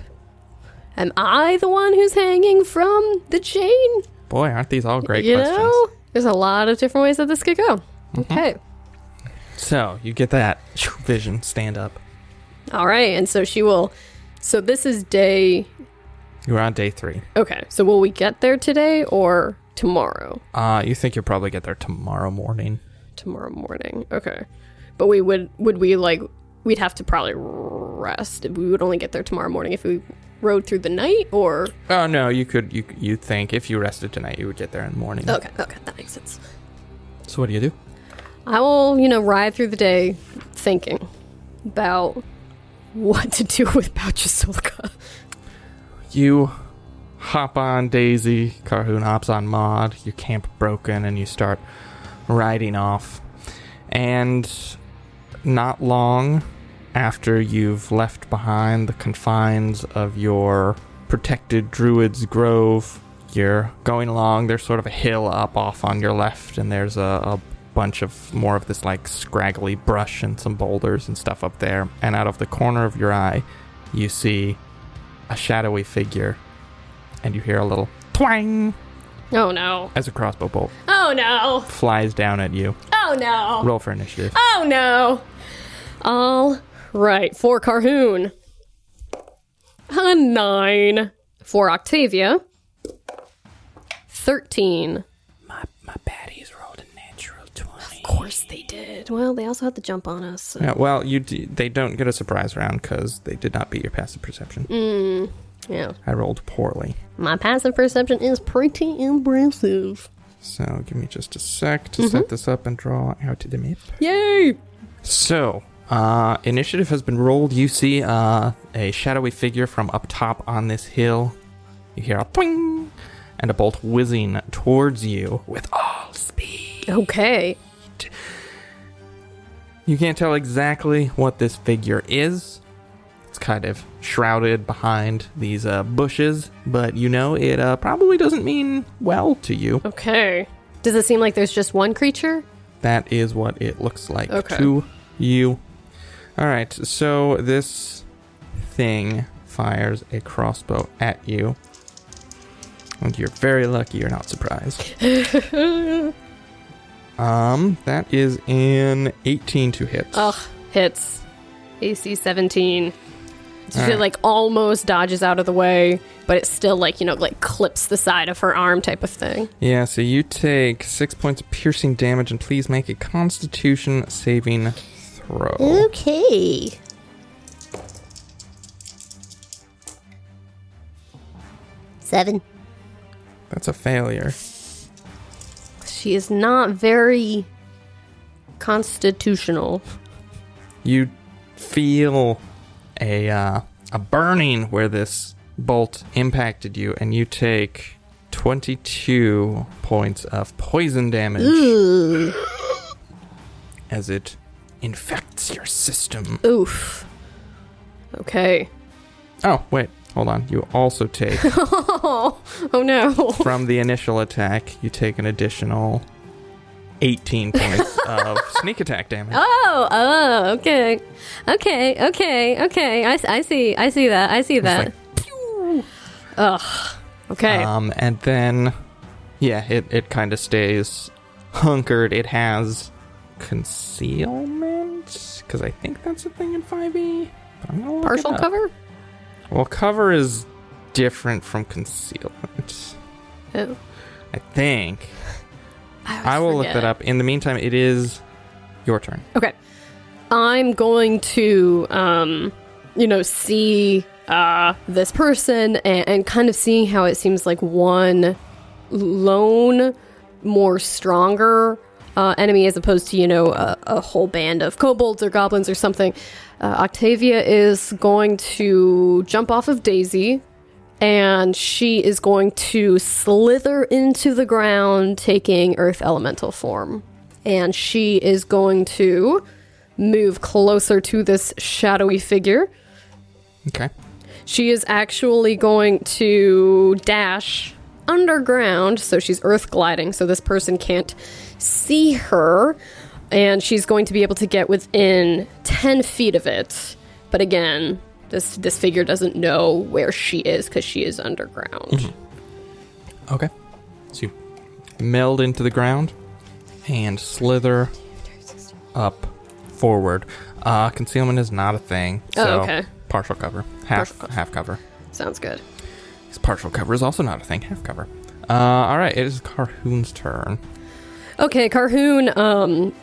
B: Am I the one who's hanging from the chain?
C: Boy, aren't these all great
B: you
C: questions?
B: know, there's a lot of different ways that this could go. Okay.
C: So you get that vision stand up.
B: All right. And so she will. So this is day.
C: You're on day three.
B: Okay. So will we get there today or tomorrow?
C: Uh, you think you'll probably get there tomorrow morning.
B: tomorrow morning. Okay. But we would would we like we'd have to probably rest. We would only get there tomorrow morning if we rode through the night or
C: Oh no, you could you you think if you rested tonight you would get there in the morning.
B: Okay, okay, that makes sense.
C: So what do you do?
B: I will, you know, ride through the day thinking about what to do with Pouchasulka.
C: You hop on Daisy, Carhoon hops on Maud, you camp broken and you start riding off. And not long after you've left behind the confines of your protected druid's grove, you're going along. There's sort of a hill up off on your left, and there's a, a bunch of more of this like scraggly brush and some boulders and stuff up there. And out of the corner of your eye, you see a shadowy figure, and you hear a little twang
B: Oh no.
C: as a crossbow bolt
B: Oh no.
C: flies down at you.
B: Oh no.
C: Roll for initiative.
B: Oh no. All right, for Carhoon. A nine. For Octavia. Thirteen.
C: My, my baddies rolled a natural 20.
B: Of course they did. Well, they also had the jump on us. so-
C: Yeah, well, you d- they don't get a surprise round because they did not beat your passive perception.
B: Yeah.
C: I rolled poorly.
B: My passive perception is pretty impressive.
C: So give me just a sec to set this up and draw out the map.
B: Yay!
C: So, uh, initiative has been rolled. You see uh, a shadowy figure from up top on this hill. You hear a ping and a bolt whizzing towards you with all speed.
B: Okay.
C: You can't tell exactly what this figure is. It's kind of shrouded behind these uh, bushes, but you know it uh, probably doesn't mean well to you.
B: Okay. Does it seem like there's just one creature?
C: That is what it looks like
B: Okay.
C: to you. All right, so this thing fires a crossbow at you. And you're very lucky you're not surprised. um, that is an 18 to hit.
B: Ugh, hits. AC 17. She
C: Alright.
B: like almost dodges out of the way, but it's still like, you know, like clips the side of her arm type of thing.
C: Yeah, so you take 6 points of piercing damage and please make a constitution saving throw.
B: Hmm? Okay.
D: Seven.
C: That's a failure.
B: She is not very constitutional.
C: you feel a uh, a burning where this bolt impacted you, and you take twenty two points of poison damage as it infects your system.
B: Oof. Okay.
C: Oh wait, hold on. You also take
B: Oh, oh no.
C: from the initial attack. You take an additional eighteen points of sneak attack damage.
B: Oh, oh, okay. Okay, okay, okay. I, s- I see, I see that, I see that. Ugh. Okay.
C: Um, and then, yeah, it, it kind of stays hunkered. It has concealment, because I think that's a thing in 5e. But I'm gonna look it
B: Partial
C: up.
B: cover?
C: Well, cover is different from concealment,
B: Oh.
C: I think.
B: always
C: I will look
B: forget.
C: that up. In the meantime, it is your turn.
B: Okay. I'm going to, um, you know, see uh, this person and, and kind of seeing how it seems like one lone, more stronger uh, enemy as opposed to, you know, a, a whole band of kobolds or goblins or something. Uh, Octavia is going to jump off of Daisy and she is going to slither into the ground, taking earth elemental form. And she is going to move closer to this shadowy figure.
C: Okay.
B: She is actually going to dash underground, so she's earth gliding, so this person can't see her. And she's going to be able to get within 10 feet of it. But again, this, this figure doesn't know where she is because she is underground.
C: Okay. So you meld into the ground and slither up forward. Uh, concealment is not a thing.
B: Oh,
C: So
B: okay.
C: Partial cover. Half
B: Partial-
C: half cover.
B: Sounds good.
C: 'Cause partial cover is also not a thing. Half cover. Uh, all right. It is Carhoon's turn.
B: Okay, Carhoon um,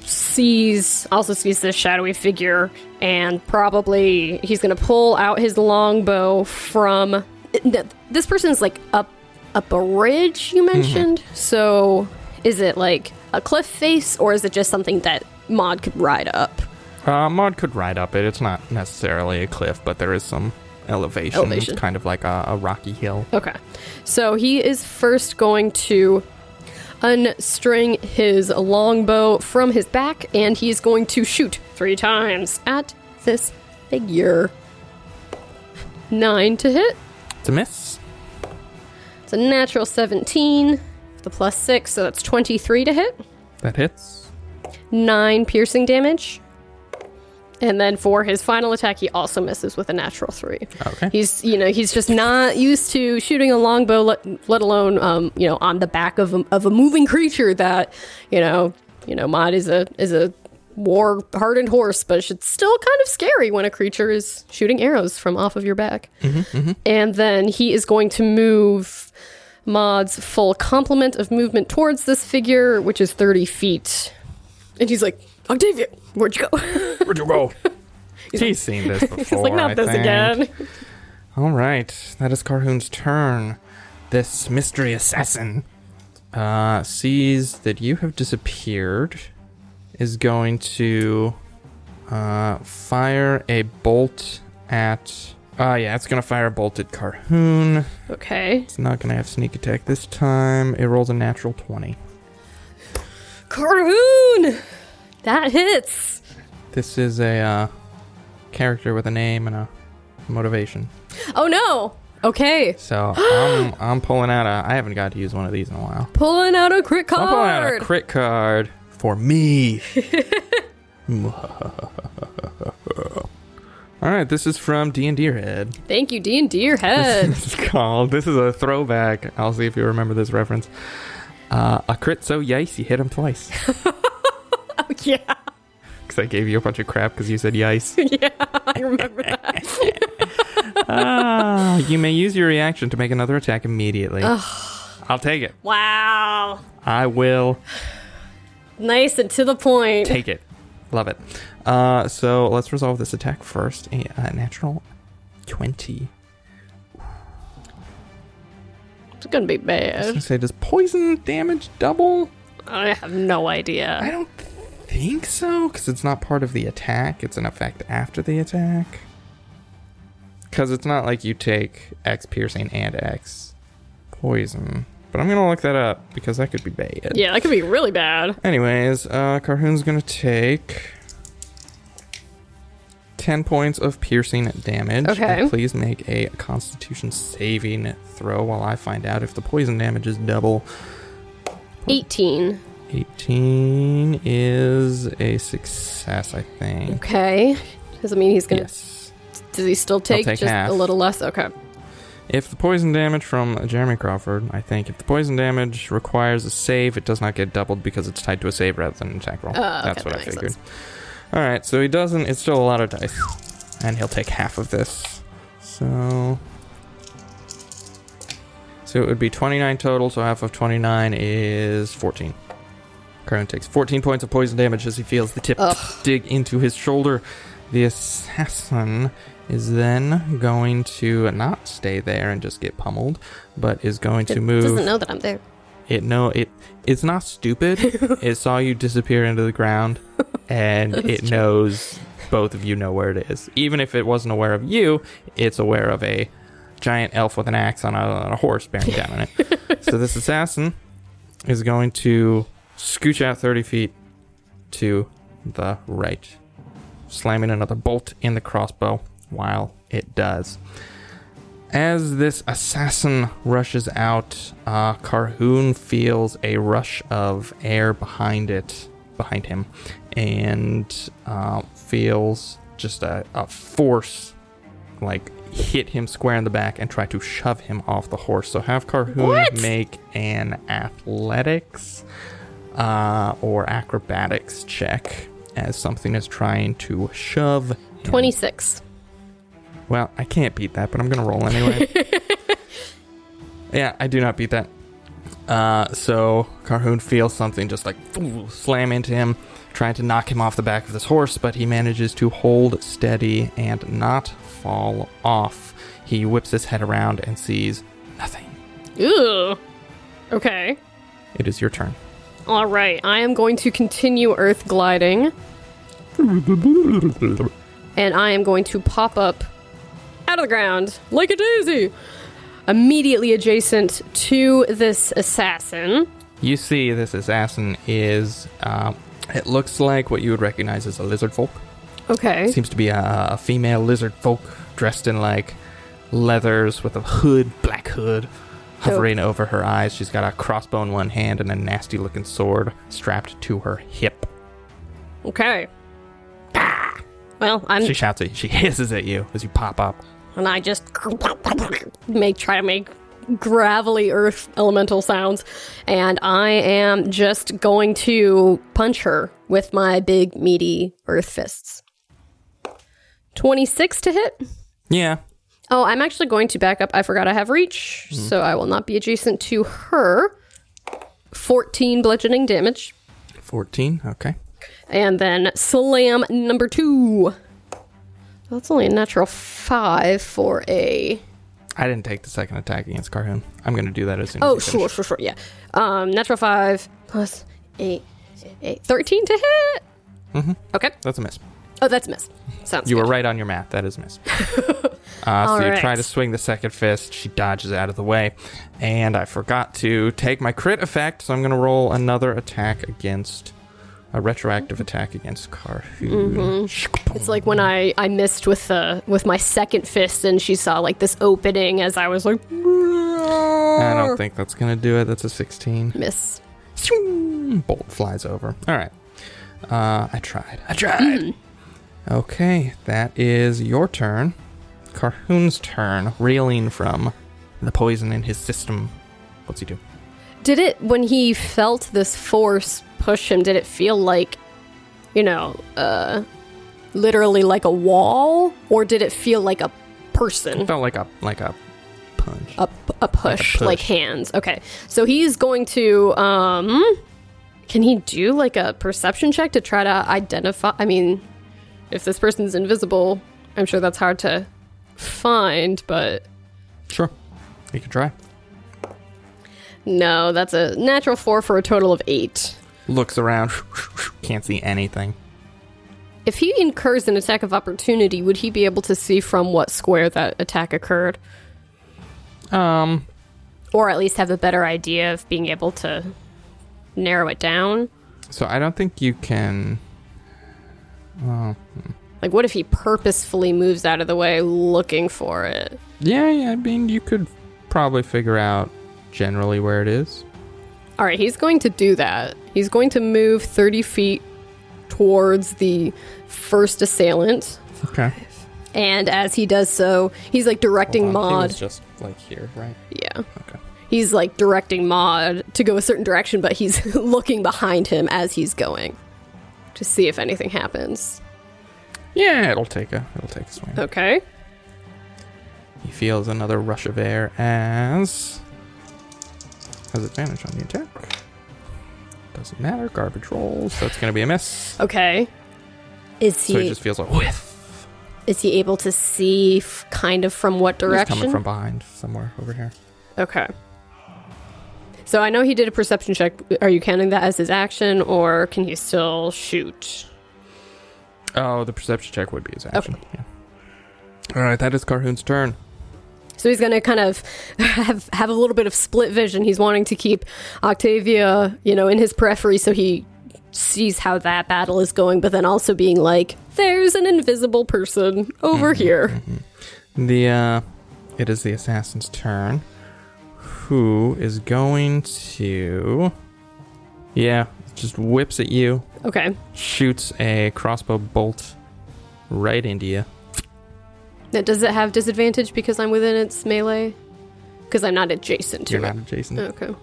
B: sees also sees this shadowy figure and probably he's gonna pull out his longbow from th- this person's like up up a ridge you mentioned so is it like a cliff face or is it just something that mod could ride up
C: Uh, Maud could ride up it. It's not necessarily a cliff, but there is some elevation,
B: Elevation.
C: kind of like a, a rocky hill.
B: Okay. So he is first going to unstring his longbow from his back and he's going to shoot three times at this figure. Nine to hit.
C: It's a miss.
B: It's a natural 17. The plus six, so that's 23 to hit.
C: That hits.
B: Nine piercing damage. And then for his final attack, he also misses with a natural three.
C: Okay.
B: He's, you know, he's just not used to shooting a longbow, let, let alone, um, you know, on the back of a, of a moving creature that, you know, you know, Mod is a is a war hardened horse, but it's still kind of scary when a creature is shooting arrows from off of your back. And then he is going to move Mod's full complement of movement towards this figure, which is thirty feet. And he's like, Octavia, where'd you go?
C: Where'd you go? He's seen this before.
B: he's like,
C: I
B: not this
C: think.
B: again.
C: All right, that is Carhoon's turn. This mystery assassin uh, sees that you have disappeared, is going to uh, fire a bolt at. Ah, yeah, it's going to fire a bolt at Carhoon.
B: Okay.
C: It's not going to have sneak attack this time. It rolls a natural 20.
B: Carhoon! That hits.
C: This is a uh, character with a name and a motivation.
B: Oh no! Okay.
C: So I'm, I'm pulling out a. I haven't got to use one of these in a while.
B: Pulling out a crit card.
C: I'm pulling out a crit card.
A: For me.
C: All right, this is from D and D Head.
B: Thank you, D and D your head.
C: This is called. This is a throwback. I'll see if you remember this reference. Uh, a crit so yice you hit him twice
B: oh yeah.
C: because I gave you a bunch of crap because you said yice.
B: Yeah, I remember that.
C: ah, you may use your reaction to make another attack immediately. I'll take it.
B: Wow.
C: I will
B: Nice and to the point.
C: take it. Love it. Uh, so let's resolve this attack first. A, a natural twenty.
B: It's gonna be
C: I was gonna
B: bad.
C: say, does poison damage double?
B: I have no
C: I
B: idea.
C: don't think so, because it's not part of the attack. It's an effect after the attack. Because it's not like you take X piercing and X poison. But I'm going to look that up, because that could be bad.
B: Yeah, that could be really bad.
C: Anyways, uh, Carhoon's going to take 10 points of piercing damage.
B: Okay.
C: And please make a constitution saving throw while I find out if the poison damage is double.
B: 18.
C: 18 is a success, I think.
B: Okay. Does it mean he's gonna?
C: Yes.
B: Does he still take,
C: take
B: just
C: half.
B: a little less? Okay.
C: If the poison damage from Jeremy Crawford, I think, if the poison damage requires a save, it does not get doubled because it's tied to a save rather than an attack roll.
B: Oh, okay,
C: That's what
B: that
C: I
B: makes
C: figured. All right, so he doesn't. It's still a lot of dice, and he'll take half of this. So, so it would be 29 total. So half of 29 is 14. Current takes 14 points of poison damage as he feels the tip
B: Ugh.
C: dig into his shoulder. The assassin is then going to not stay there and just get pummeled, but is going to
B: It
C: move.
B: doesn't know that I'm there.
C: It no, it it's not stupid. it saw you disappear into the ground, and
B: That's
C: it
B: true.
C: knows both of you know where it is. Even if it wasn't aware of you, it's aware of a giant elf with an axe on a, on a horse bearing down on it. so this assassin is going to scooch out thirty feet to the right, slamming another bolt in the crossbow while it does. As this assassin rushes out, uh, Carhoon feels a rush of air behind it, behind him, and uh, feels just a, a force like hit him square in the back and try to shove him off the horse. So have Carhoon
B: What?
C: make an athletics uh, or acrobatics check as something is trying to shove. him.
B: 26.
C: Well, I can't beat that, but I'm gonna roll anyway. yeah, I do not beat that. Uh, so Carhoon feels something just like ooh, slam into him, trying to knock him off the back of this horse, but he manages to hold steady and not fall off. He whips his head around and sees nothing.
B: Ooh. Okay.
C: It is your turn.
B: All right. I am going to continue earth gliding. And I am going to pop up out of the ground like a daisy immediately adjacent to this assassin.
C: You see, this assassin is. Uh, it looks like what you would recognize as a lizard folk.
B: Okay.
C: Seems to be a, a female lizard folk dressed in like leathers with a hood, black hood, hovering over her eyes. She's got a crossbow in one hand and a nasty looking sword strapped to her hip.
B: Okay. Well, I'm
C: She shouts at you. She hisses at you as you pop up.
B: and I just make try to make gravelly earth elemental sounds and I am just going to punch her with my big meaty earth fists. 26 to hit.
C: Yeah.
B: Oh, I'm actually going to back up. I forgot I have reach, so I will not be adjacent to her. 14 bludgeoning damage.
C: 14. Okay.
B: And then slam number two. That's only a natural five for a.
C: I didn't take the second attack against Carhoon. I'm going to do that as soon as
B: Oh,
C: we finish.
B: sure, sure, sure. Yeah. Um, natural five plus eight, eight. 13 to hit. Mm-hmm. Okay.
C: That's a miss.
B: Oh, that's a miss. Sounds
C: You
B: good.
C: were right on your math. That is a miss. uh, so
B: All
C: you
B: right.
C: try to swing the second fist. She dodges out of the way. And I forgot to take my crit effect, so I'm going to roll another attack against. A retroactive attack against Carhoon.
B: It's like when I, I missed with the with my second fist, and she saw like this opening as I was like,
C: I don't think that's going to do it. That's a 16.
B: miss.
C: Swoon! Bolt flies over. All right. Uh, I tried. I tried. okay, that is your turn. Carhoon's turn, reeling from the poison in his system. What's he do?
B: Did it when he felt this force push him? Did it feel like, you know, uh, literally like a wall, or did it feel like a person?
C: Felt like a like a punch.
B: A, p- a push,
C: push.
B: like hands. Okay, so he's going to. um Can he do like a perception check to try to identify? I mean, if this person's invisible, I'm sure that's hard to find, but
C: Sure, you can try.
B: no, that's a natural four for a total of eight.
C: Looks around, can't see anything.
B: If he incurs an attack of opportunity, would he be able to see from what square that attack occurred?
C: Um,
B: Or at least have a better idea of being able to narrow it down?
C: so I don't think you can. Oh,
B: Like, what if he purposefully moves out of the way looking for it?
C: yeah, yeah. I mean, you could probably figure out generally where it is.
B: All right, he's going to do that. He's going to move 30 feet towards the first assailant.
C: Okay.
B: And as he does so, he's like directing
C: Hold on, he
B: Maud.
C: was just like here, right?
B: yeah.
C: Okay.
B: He's like directing Maud to go a certain direction, but he's looking behind him as he's going to see if anything happens.
C: Yeah, it'll take a it'll take a swing.
B: Okay.
C: He feels another rush of air as has advantage on the attack. Doesn't matter. Garbage rolls. That's gonna be a miss.
B: Okay. Is
C: So he
B: he
C: just feels a whiff.
B: is he able to see f- kind of from what
C: He's
B: direction?
C: coming from behind somewhere over here.
B: okay. So I know he did a perception check. Are you counting that as his action, or can he still shoot?
C: Oh, the perception check would be his action. Yeah. All right, that is Carhoon's turn.
B: So he's going to kind of have have a little bit of split vision. He's wanting to keep Octavia, you know, in his periphery so he sees how that battle is going, but then also being like, there's an invisible person over here.
C: The uh, it is the assassin's turn, who is going to, yeah, just whips at you,
B: Okay.
C: shoots a crossbow bolt right into you.
B: Now, does it have disadvantage because I'm within its melee? Because I'm not adjacent to
C: You're
B: it.
C: not adjacent.
B: Okay.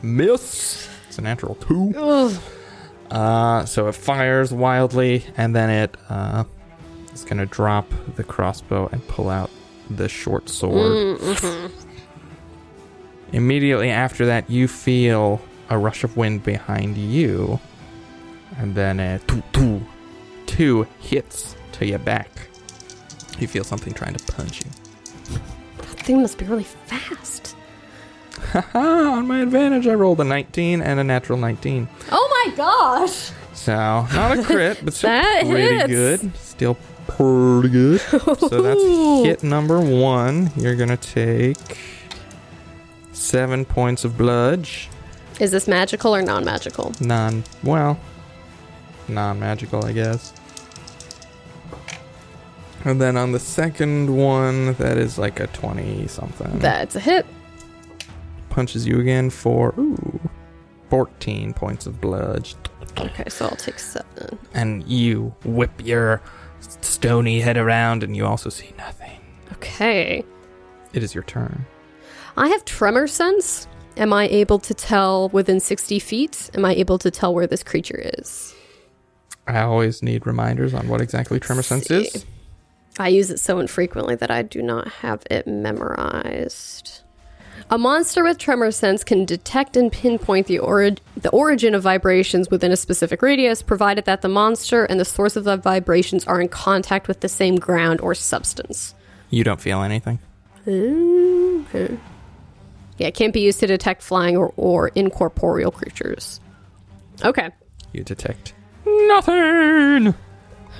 C: Miss. It's a natural two.
B: Ugh.
C: Uh, so it fires wildly, and then it uh, is going to
B: Mm. Mm-hmm.
C: drop the crossbow and pull out the short sword. Immediately after that, you feel a rush of wind behind you, and then a two, two, two hits to your back. You feel something trying to punch you.
B: That thing must be really fast.
C: Haha, on my advantage, I rolled a 19 and a natural 19.
B: Oh my gosh!
C: So, not a crit, but still
B: That
C: pretty
B: hits.
C: good. Still pretty good. so that's
B: Ooh.
C: hit number one. You're gonna take seven points of bludge.
B: Is this magical or non magical?
C: Non, well, non-magical, I guess. And then on the second one, that is like a 20 something.
B: That's a hit.
C: punches you again for ooh, 14 points of bludge.
B: Okay, so I'll take seven.
C: And you whip your stony head around and you also see nothing.
B: Okay.
C: It is your turn.
B: I have tremor sense. Am I able to tell within 60 feet? Am I able to tell where this creature is?
C: I always need reminders on what exactly tremor sense
B: see.
C: is.
B: I use it so infrequently that I do not have it memorized. A monster with tremor sense can detect and pinpoint the, ori- the origin of vibrations within a specific radius, provided that the monster and the source of the vibrations are in contact with the same ground or substance.
C: You don't feel anything.
B: Okay. Yeah, it can't be used to detect flying or, or incorporeal creatures. Okay.
C: You detect nothing.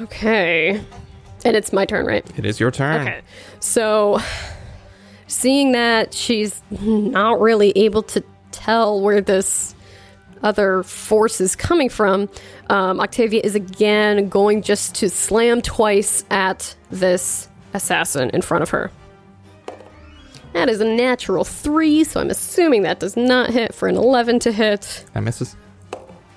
B: Okay. And it's my turn, right?
C: It is your turn.
B: Okay. So, seeing that she's not really able to tell where this other force is coming from, um, Octavia is again going just to slam twice at this assassin in front of her. That is a natural three, so I'm assuming that does not hit for an 11 to hit.
C: That misses.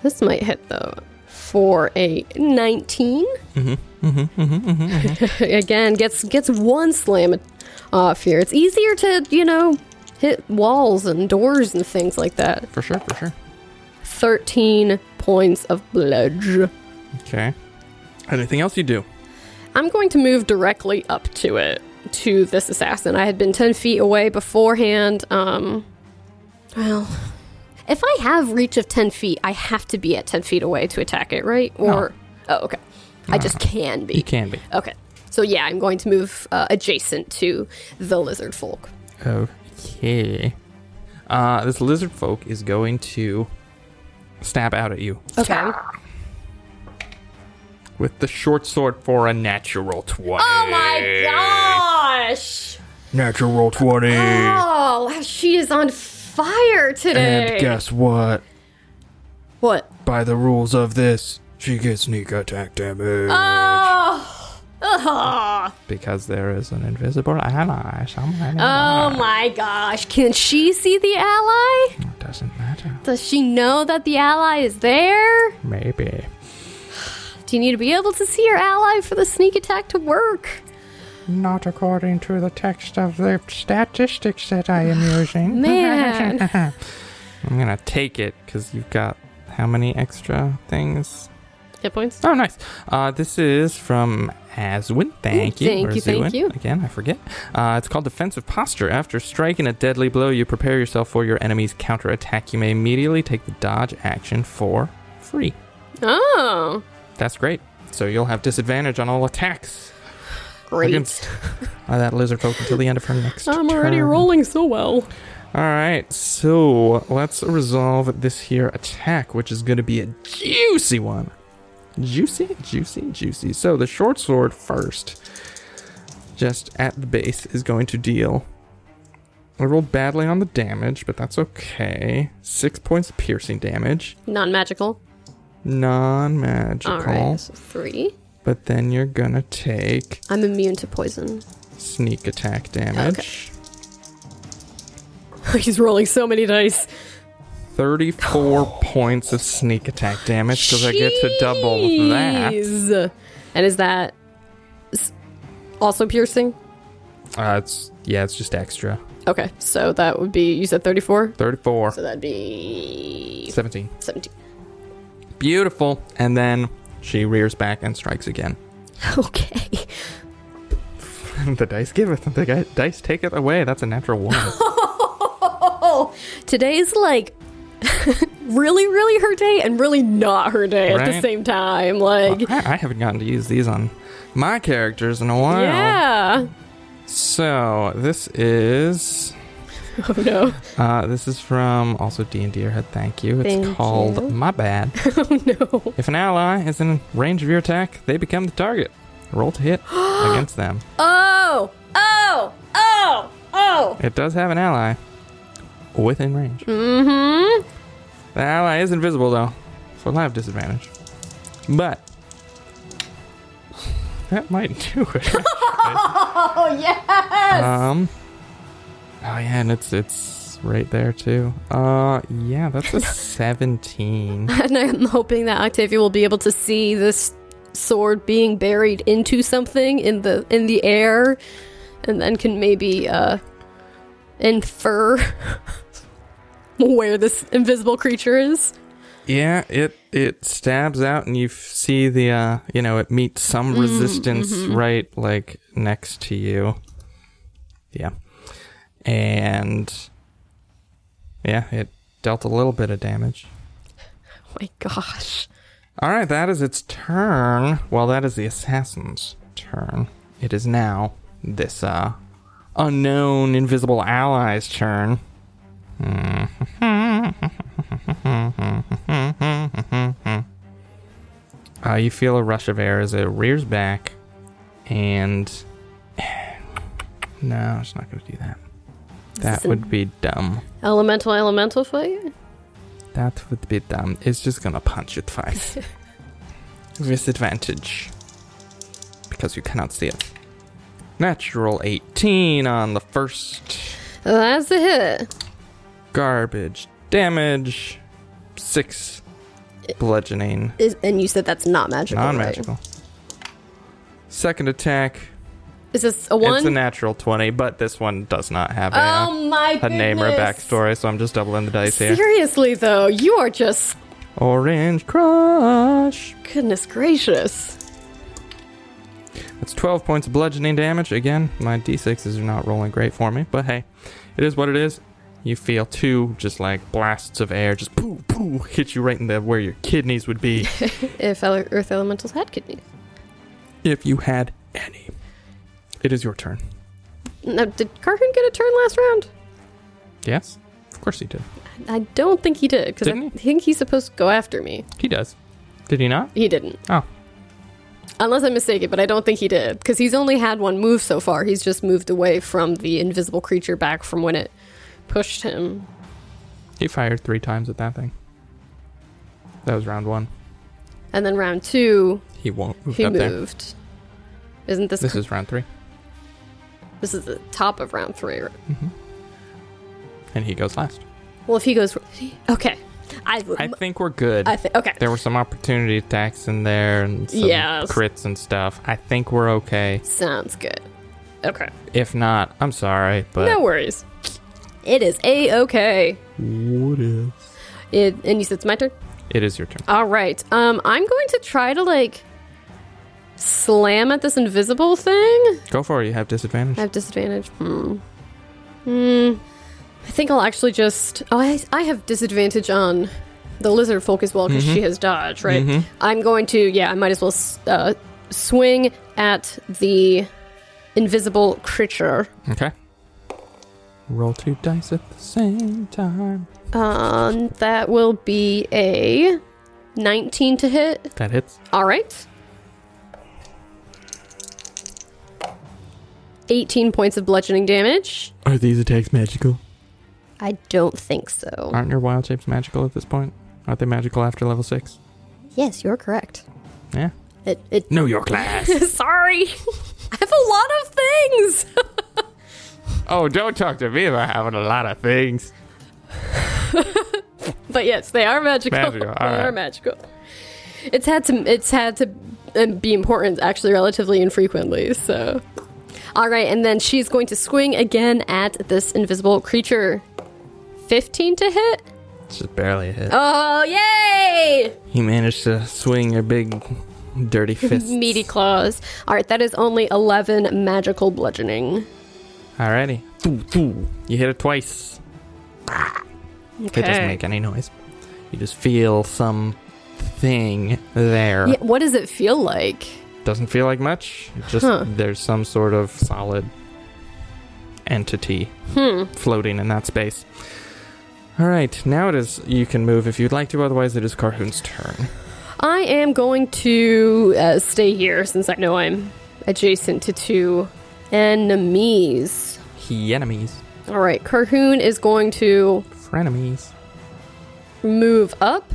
B: This might hit though for a 19. Mm-hmm, mm-hmm, mm-hmm, Again, gets gets one slam off here. It's easier to you know hit walls and doors and things like that.
C: For sure, for sure.
B: 13 points of bludge.
C: Okay. Anything else you do?
B: I'm going to move directly up to it to this assassin. I had been 10 feet away beforehand. Um, well, if I have reach of 10 feet, I have to be at 10 feet away to attack it, right? Or oh, okay, I just can be.
C: You can be.
B: Okay, so yeah, I'm going to move uh, adjacent to the lizard folk.
C: Okay. Uh, this lizard folk is going to snap out at you
B: Okay.
C: with the short sword for a natural 20.
B: Oh my gosh!
A: Natural 20.
B: Oh, wow, she is on fire today.
A: And guess what?
B: what?
A: By the rules of this, she gets sneak attack damage.
B: Oh. Ugh.
C: Because there is an invisible ally. somewhere
B: Oh my gosh, can she see the ally?
C: It doesn't matter.
B: Does she know that the ally is there?
C: Maybe.
B: Do you need to be able to see your ally for the sneak attack to work?
C: Not according to the text of the statistics that I am using.
B: Man.
C: I'm gonna take it because you've got how many extra things?
B: Hit points?
C: Oh, nice. Uh, this is from Aswin. Thank you.
B: Thank
C: or
B: you, thank
C: Zuin.
B: you.
C: Again, I forget. Uh, it's called Defensive Posture. After striking a deadly blow, you prepare yourself for your enemy's counterattack. You may immediately take the dodge action for free.
B: Oh,
C: That's great. So you'll have disadvantage on all attacks
B: great.
C: against uh, that lizard folk until the end of her next
B: I'm already
C: turn.
B: rolling so well.
C: All right, so let's resolve this here attack, which is going to be a juicy one. Juicy, juicy, juicy. So the short sword first, just at the base, is going to deal. I rolled badly on the damage, but that's okay. Six points of piercing damage,
B: Non magical.
C: non magical.
B: All right, so three.
C: But then you're gonna take
B: I'm immune to poison.
C: sneak attack damage.
B: He's rolling so many dice.
C: 34 points of sneak attack damage because I get to double that.
B: Jeez. And is that s- also piercing?
C: Uh, it's yeah, it's just extra.
B: Okay, so that would be, you said 34?
C: 34,
B: So that'd be
C: 17.
B: 17.
C: Beautiful. And then she rears back and strikes again.
B: Okay. Oh
C: the dice giveth, the guy, dice taketh away. That's a natural one.
B: wow, today is like really, really her day and really not her day at the
C: Right. Uh,
B: same time. Like,
C: I, I haven't gotten to use these on my characters in a while.
B: yeah.
C: So this is
B: Oh no.
C: uh, this is from also D and D Head. Thank you. It's
B: Thank
C: called
B: you.
C: My Bad.
B: Oh no.
C: If an ally is in range of your attack, they become the target. Roll to hit against them.
B: Oh, oh, oh, oh.
C: It does have an ally within range. Mm-hmm. The ally is invisible though, so it'll have disadvantage. But that might do it.
B: Oh yes.
C: Um. Oh yeah, and it's it's right there too. Uh, yeah, that's a seventeen.
B: and I'm hoping that Octavia will be able to see this sword being buried into something in the in the air, and then can maybe uh, infer where this invisible creature is.
C: Yeah, it it stabs out, and you f- see the uh, you know, it meets some resistance right like next to you. Yeah, and yeah, it dealt a little bit of damage.
B: Oh my gosh.
C: All right, that is its turn. Well, that is the assassin's turn. It is now this uh unknown invisible ally's turn. Uh, you feel a rush of air as it rears back, and no, it's not going to do that. That would be dumb.
B: Elemental elemental fight?
C: That would be dumb. It's just gonna punch it twice. Disadvantage. Because you cannot see it. Natural 18 on the first.
B: That's a hit.
C: Garbage. Damage. Six. Bludgeoning.
B: Is, and you said that's not magical. right?
C: Non magical. Second attack.
B: Is this a one?
C: It's a natural 20, but this one does not have a, uh,
B: oh my
C: a name or a
B: goodness.
C: backstory, so I'm just doubling the dice here.
B: Seriously though, you are just
C: Orange Crush.
B: goodness gracious.
C: That's 12 points of bludgeoning damage. Again, my d6s are not rolling great for me, but hey, it is what it is. You feel two just like blasts of air just poo poo hit you right in the where your kidneys would be
B: If ele- Earth Elementals had kidneys.
C: if you had any. It is your turn.
B: Now, did Carhoon get a turn last round?
C: Yes? Of course he did.
B: I don't think he did because I
C: Didn't he?
B: think he's supposed to go after me.
C: He does. Did he not?
B: He didn't,
C: Oh.
B: unless I'm mistaken, but I don't think he did because he's only had one move so far. He's just moved away from the invisible creature back from when it pushed him.
C: He fired three times at that thing. That was round one.
B: And then round two,
C: He won't move
B: he
C: up there.
B: moved. Isn't this
C: This is round three.
B: this is the top of round three? right?
C: Mm-hmm. And he goes last.
B: Well, if he goes, okay, I
C: I think we're good.
B: I think okay.
C: There were some opportunity attacks in there and some
B: Yes.
C: crits and stuff. I think we're okay.
B: Sounds good. Okay,
C: If not, I'm sorry, but
B: no worries. It is a okay.
C: what if?
B: It and you said it's my turn.
C: It is your turn.
B: All right. Um, I'm going to try to like slam at this invisible thing.
C: Go for it. You have disadvantage.
B: I have disadvantage. Hmm. Hmm. I think I'll actually just. Oh, I, I have disadvantage on the lizard folk as well because
C: Mm-hmm.
B: she has dodge, right? I'm going to. Yeah, I might as well s- uh, swing at the invisible creature.
C: Okay. Roll two dice at the same time.
B: Um, that will be a 19 to hit.
C: That hits.
B: All right. 18 points of bludgeoning damage.
C: Are these attacks magical?
B: I don't think so.
C: Aren't your wild shapes magical at this point? Aren't they magical after level six?
B: Yes, you're correct.
C: Yeah.
B: It, it
C: Know your class.
B: Sorry. I have a lot of things.
C: oh, don't talk to me about having a lot of things.
B: but yes, they are magical.
C: Magical, all
B: they are
C: right.
B: magical. It's had to it's had to uh, be important actually relatively infrequently. So All right, and then she's going to swing again at this invisible creature. 15 to hit.
C: It's just barely a hit.
B: Oh, yay!
C: You managed to swing your big, dirty fist.
B: Meaty claws. All right, that is only 11 magical bludgeoning.
C: Alrighty. Thoo, thoo. You hit it twice.
B: Ah.
C: It doesn't make any noise. You just feel some thing there.
B: Yeah, what does it feel like?
C: Doesn't feel like much. It just
B: Huh.
C: there's some sort of solid entity
B: Hmm.
C: floating in that space. All right, now it is. You can move if you'd like to. Otherwise, it is Carhoon's turn.
B: I am going to uh, stay here since I know I'm adjacent to two enemies.
C: He enemies,
B: All right, Carhoon is going to
C: frenemies.
B: move up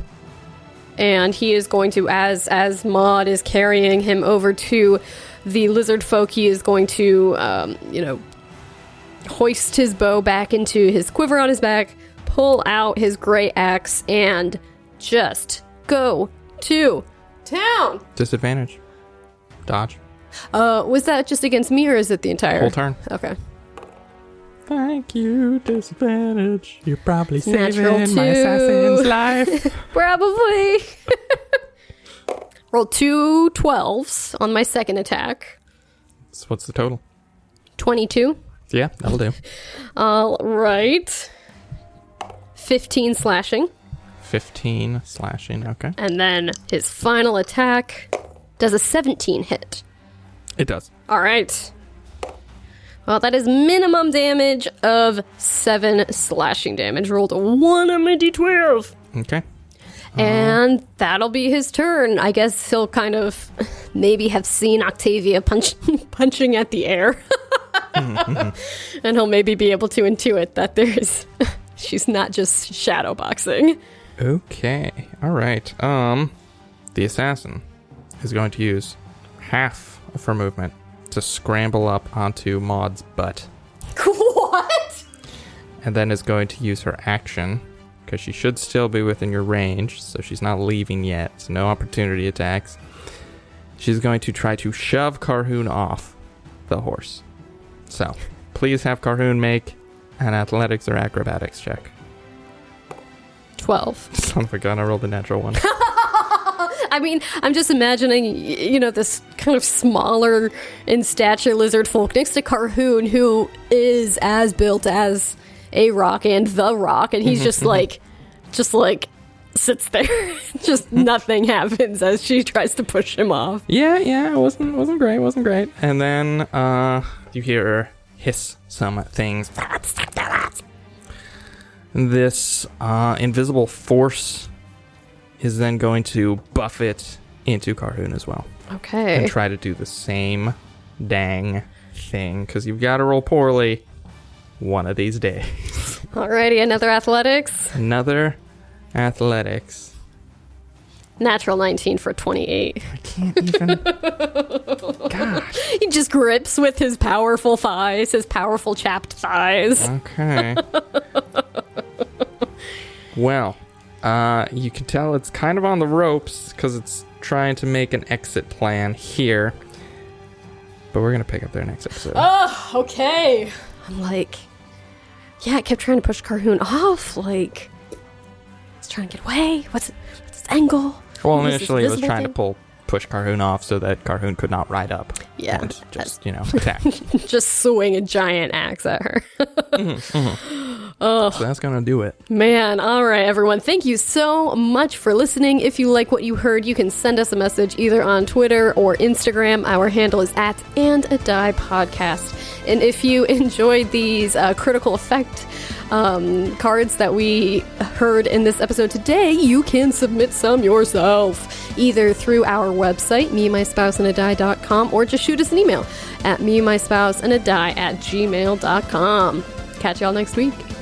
B: and he is going to as as Maud is carrying him over to the lizard folk he is going to um, you know hoist his bow back into his quiver on his back pull out his gray axe and just go to town
C: Disadvantage. Dodge.
B: uh was that just against me or is it the entire
C: Whole turn.
B: okay
C: Thank you, disadvantage. You're probably
B: Natural
C: saving my
B: two.
C: assassin's life.
B: Probably. Roll two 12s on my second attack.
C: so what's the total?
B: 22.
C: Yeah, that'll do.
B: All right. 15 slashing.
C: 15 slashing. Okay.
B: And then his final attack does a 17 hit.
C: It does.
B: All right. Well, that is minimum damage of 7 slashing damage. Rolled a 1 on my d12.
C: Okay.
B: And that'll be his turn. I guess he'll kind of maybe have seen Octavia punch, punching at the air. and he'll maybe be able to intuit that there's she's not just shadow boxing.
C: Okay. All right. Um, the assassin is going to use half of her movement to scramble up onto Maud's butt,
B: What?
C: and then is going to use her action because she should still be within your range, so she's not leaving yet. So no opportunity attacks. She's going to try to shove Carhoon off the horse. So please have Carhoon make an athletics or acrobatics check.
B: 12.
C: Son of a gun! I rolled a natural one.
B: I mean, I'm just imagining, y- you know, this kind of smaller in stature lizard folk next to Carhoon, who is as built as a rock and the rock, and he's just like, just like sits there, just nothing happens as she tries to push him off.
C: Yeah, yeah, it wasn't wasn't great, wasn't great. And then uh you hear her hiss some things. This uh invisible force is then going to buffet into Carhoon as well.
B: Okay.
C: And try to do the same dang thing, because you've gotta roll poorly one of these days.
B: Alrighty, another athletics.
C: Another athletics.
B: Natural 19 for 28.
C: I can't even Gosh.
B: He just grips with his powerful thighs, his powerful chapped thighs.
C: Okay. well, uh, you can tell it's kind of on the ropes because it's trying to make an exit plan here. But we're going to pick up there next episode.
B: Oh, okay. I'm like, yeah, I kept trying to push Carhoon off. Like, he's trying to get away. What's, what's his angle?
C: well,
B: Is this
C: initially, it was
B: visible
C: trying
B: thing?
C: to pull push Carhoon off so that Carhoon could not ride up.
B: Yeah,
C: And just, you know, attack. so
B: Just swing a giant axe at her. Oh.
C: that's going to do it.
B: Man, all right, everyone. Thank you so much for listening. If you like what you heard, you can send us a message either on Twitter or Instagram. Our handle is at and a die podcast. And if you enjoyed these uh, critical effect um, cards that we heard in this episode today, you can submit some yourself either through our website, me, my spouse, and a die.com, or just shoot us an email at me, my spouse, and a die at gmail.com. Catch y'all next week.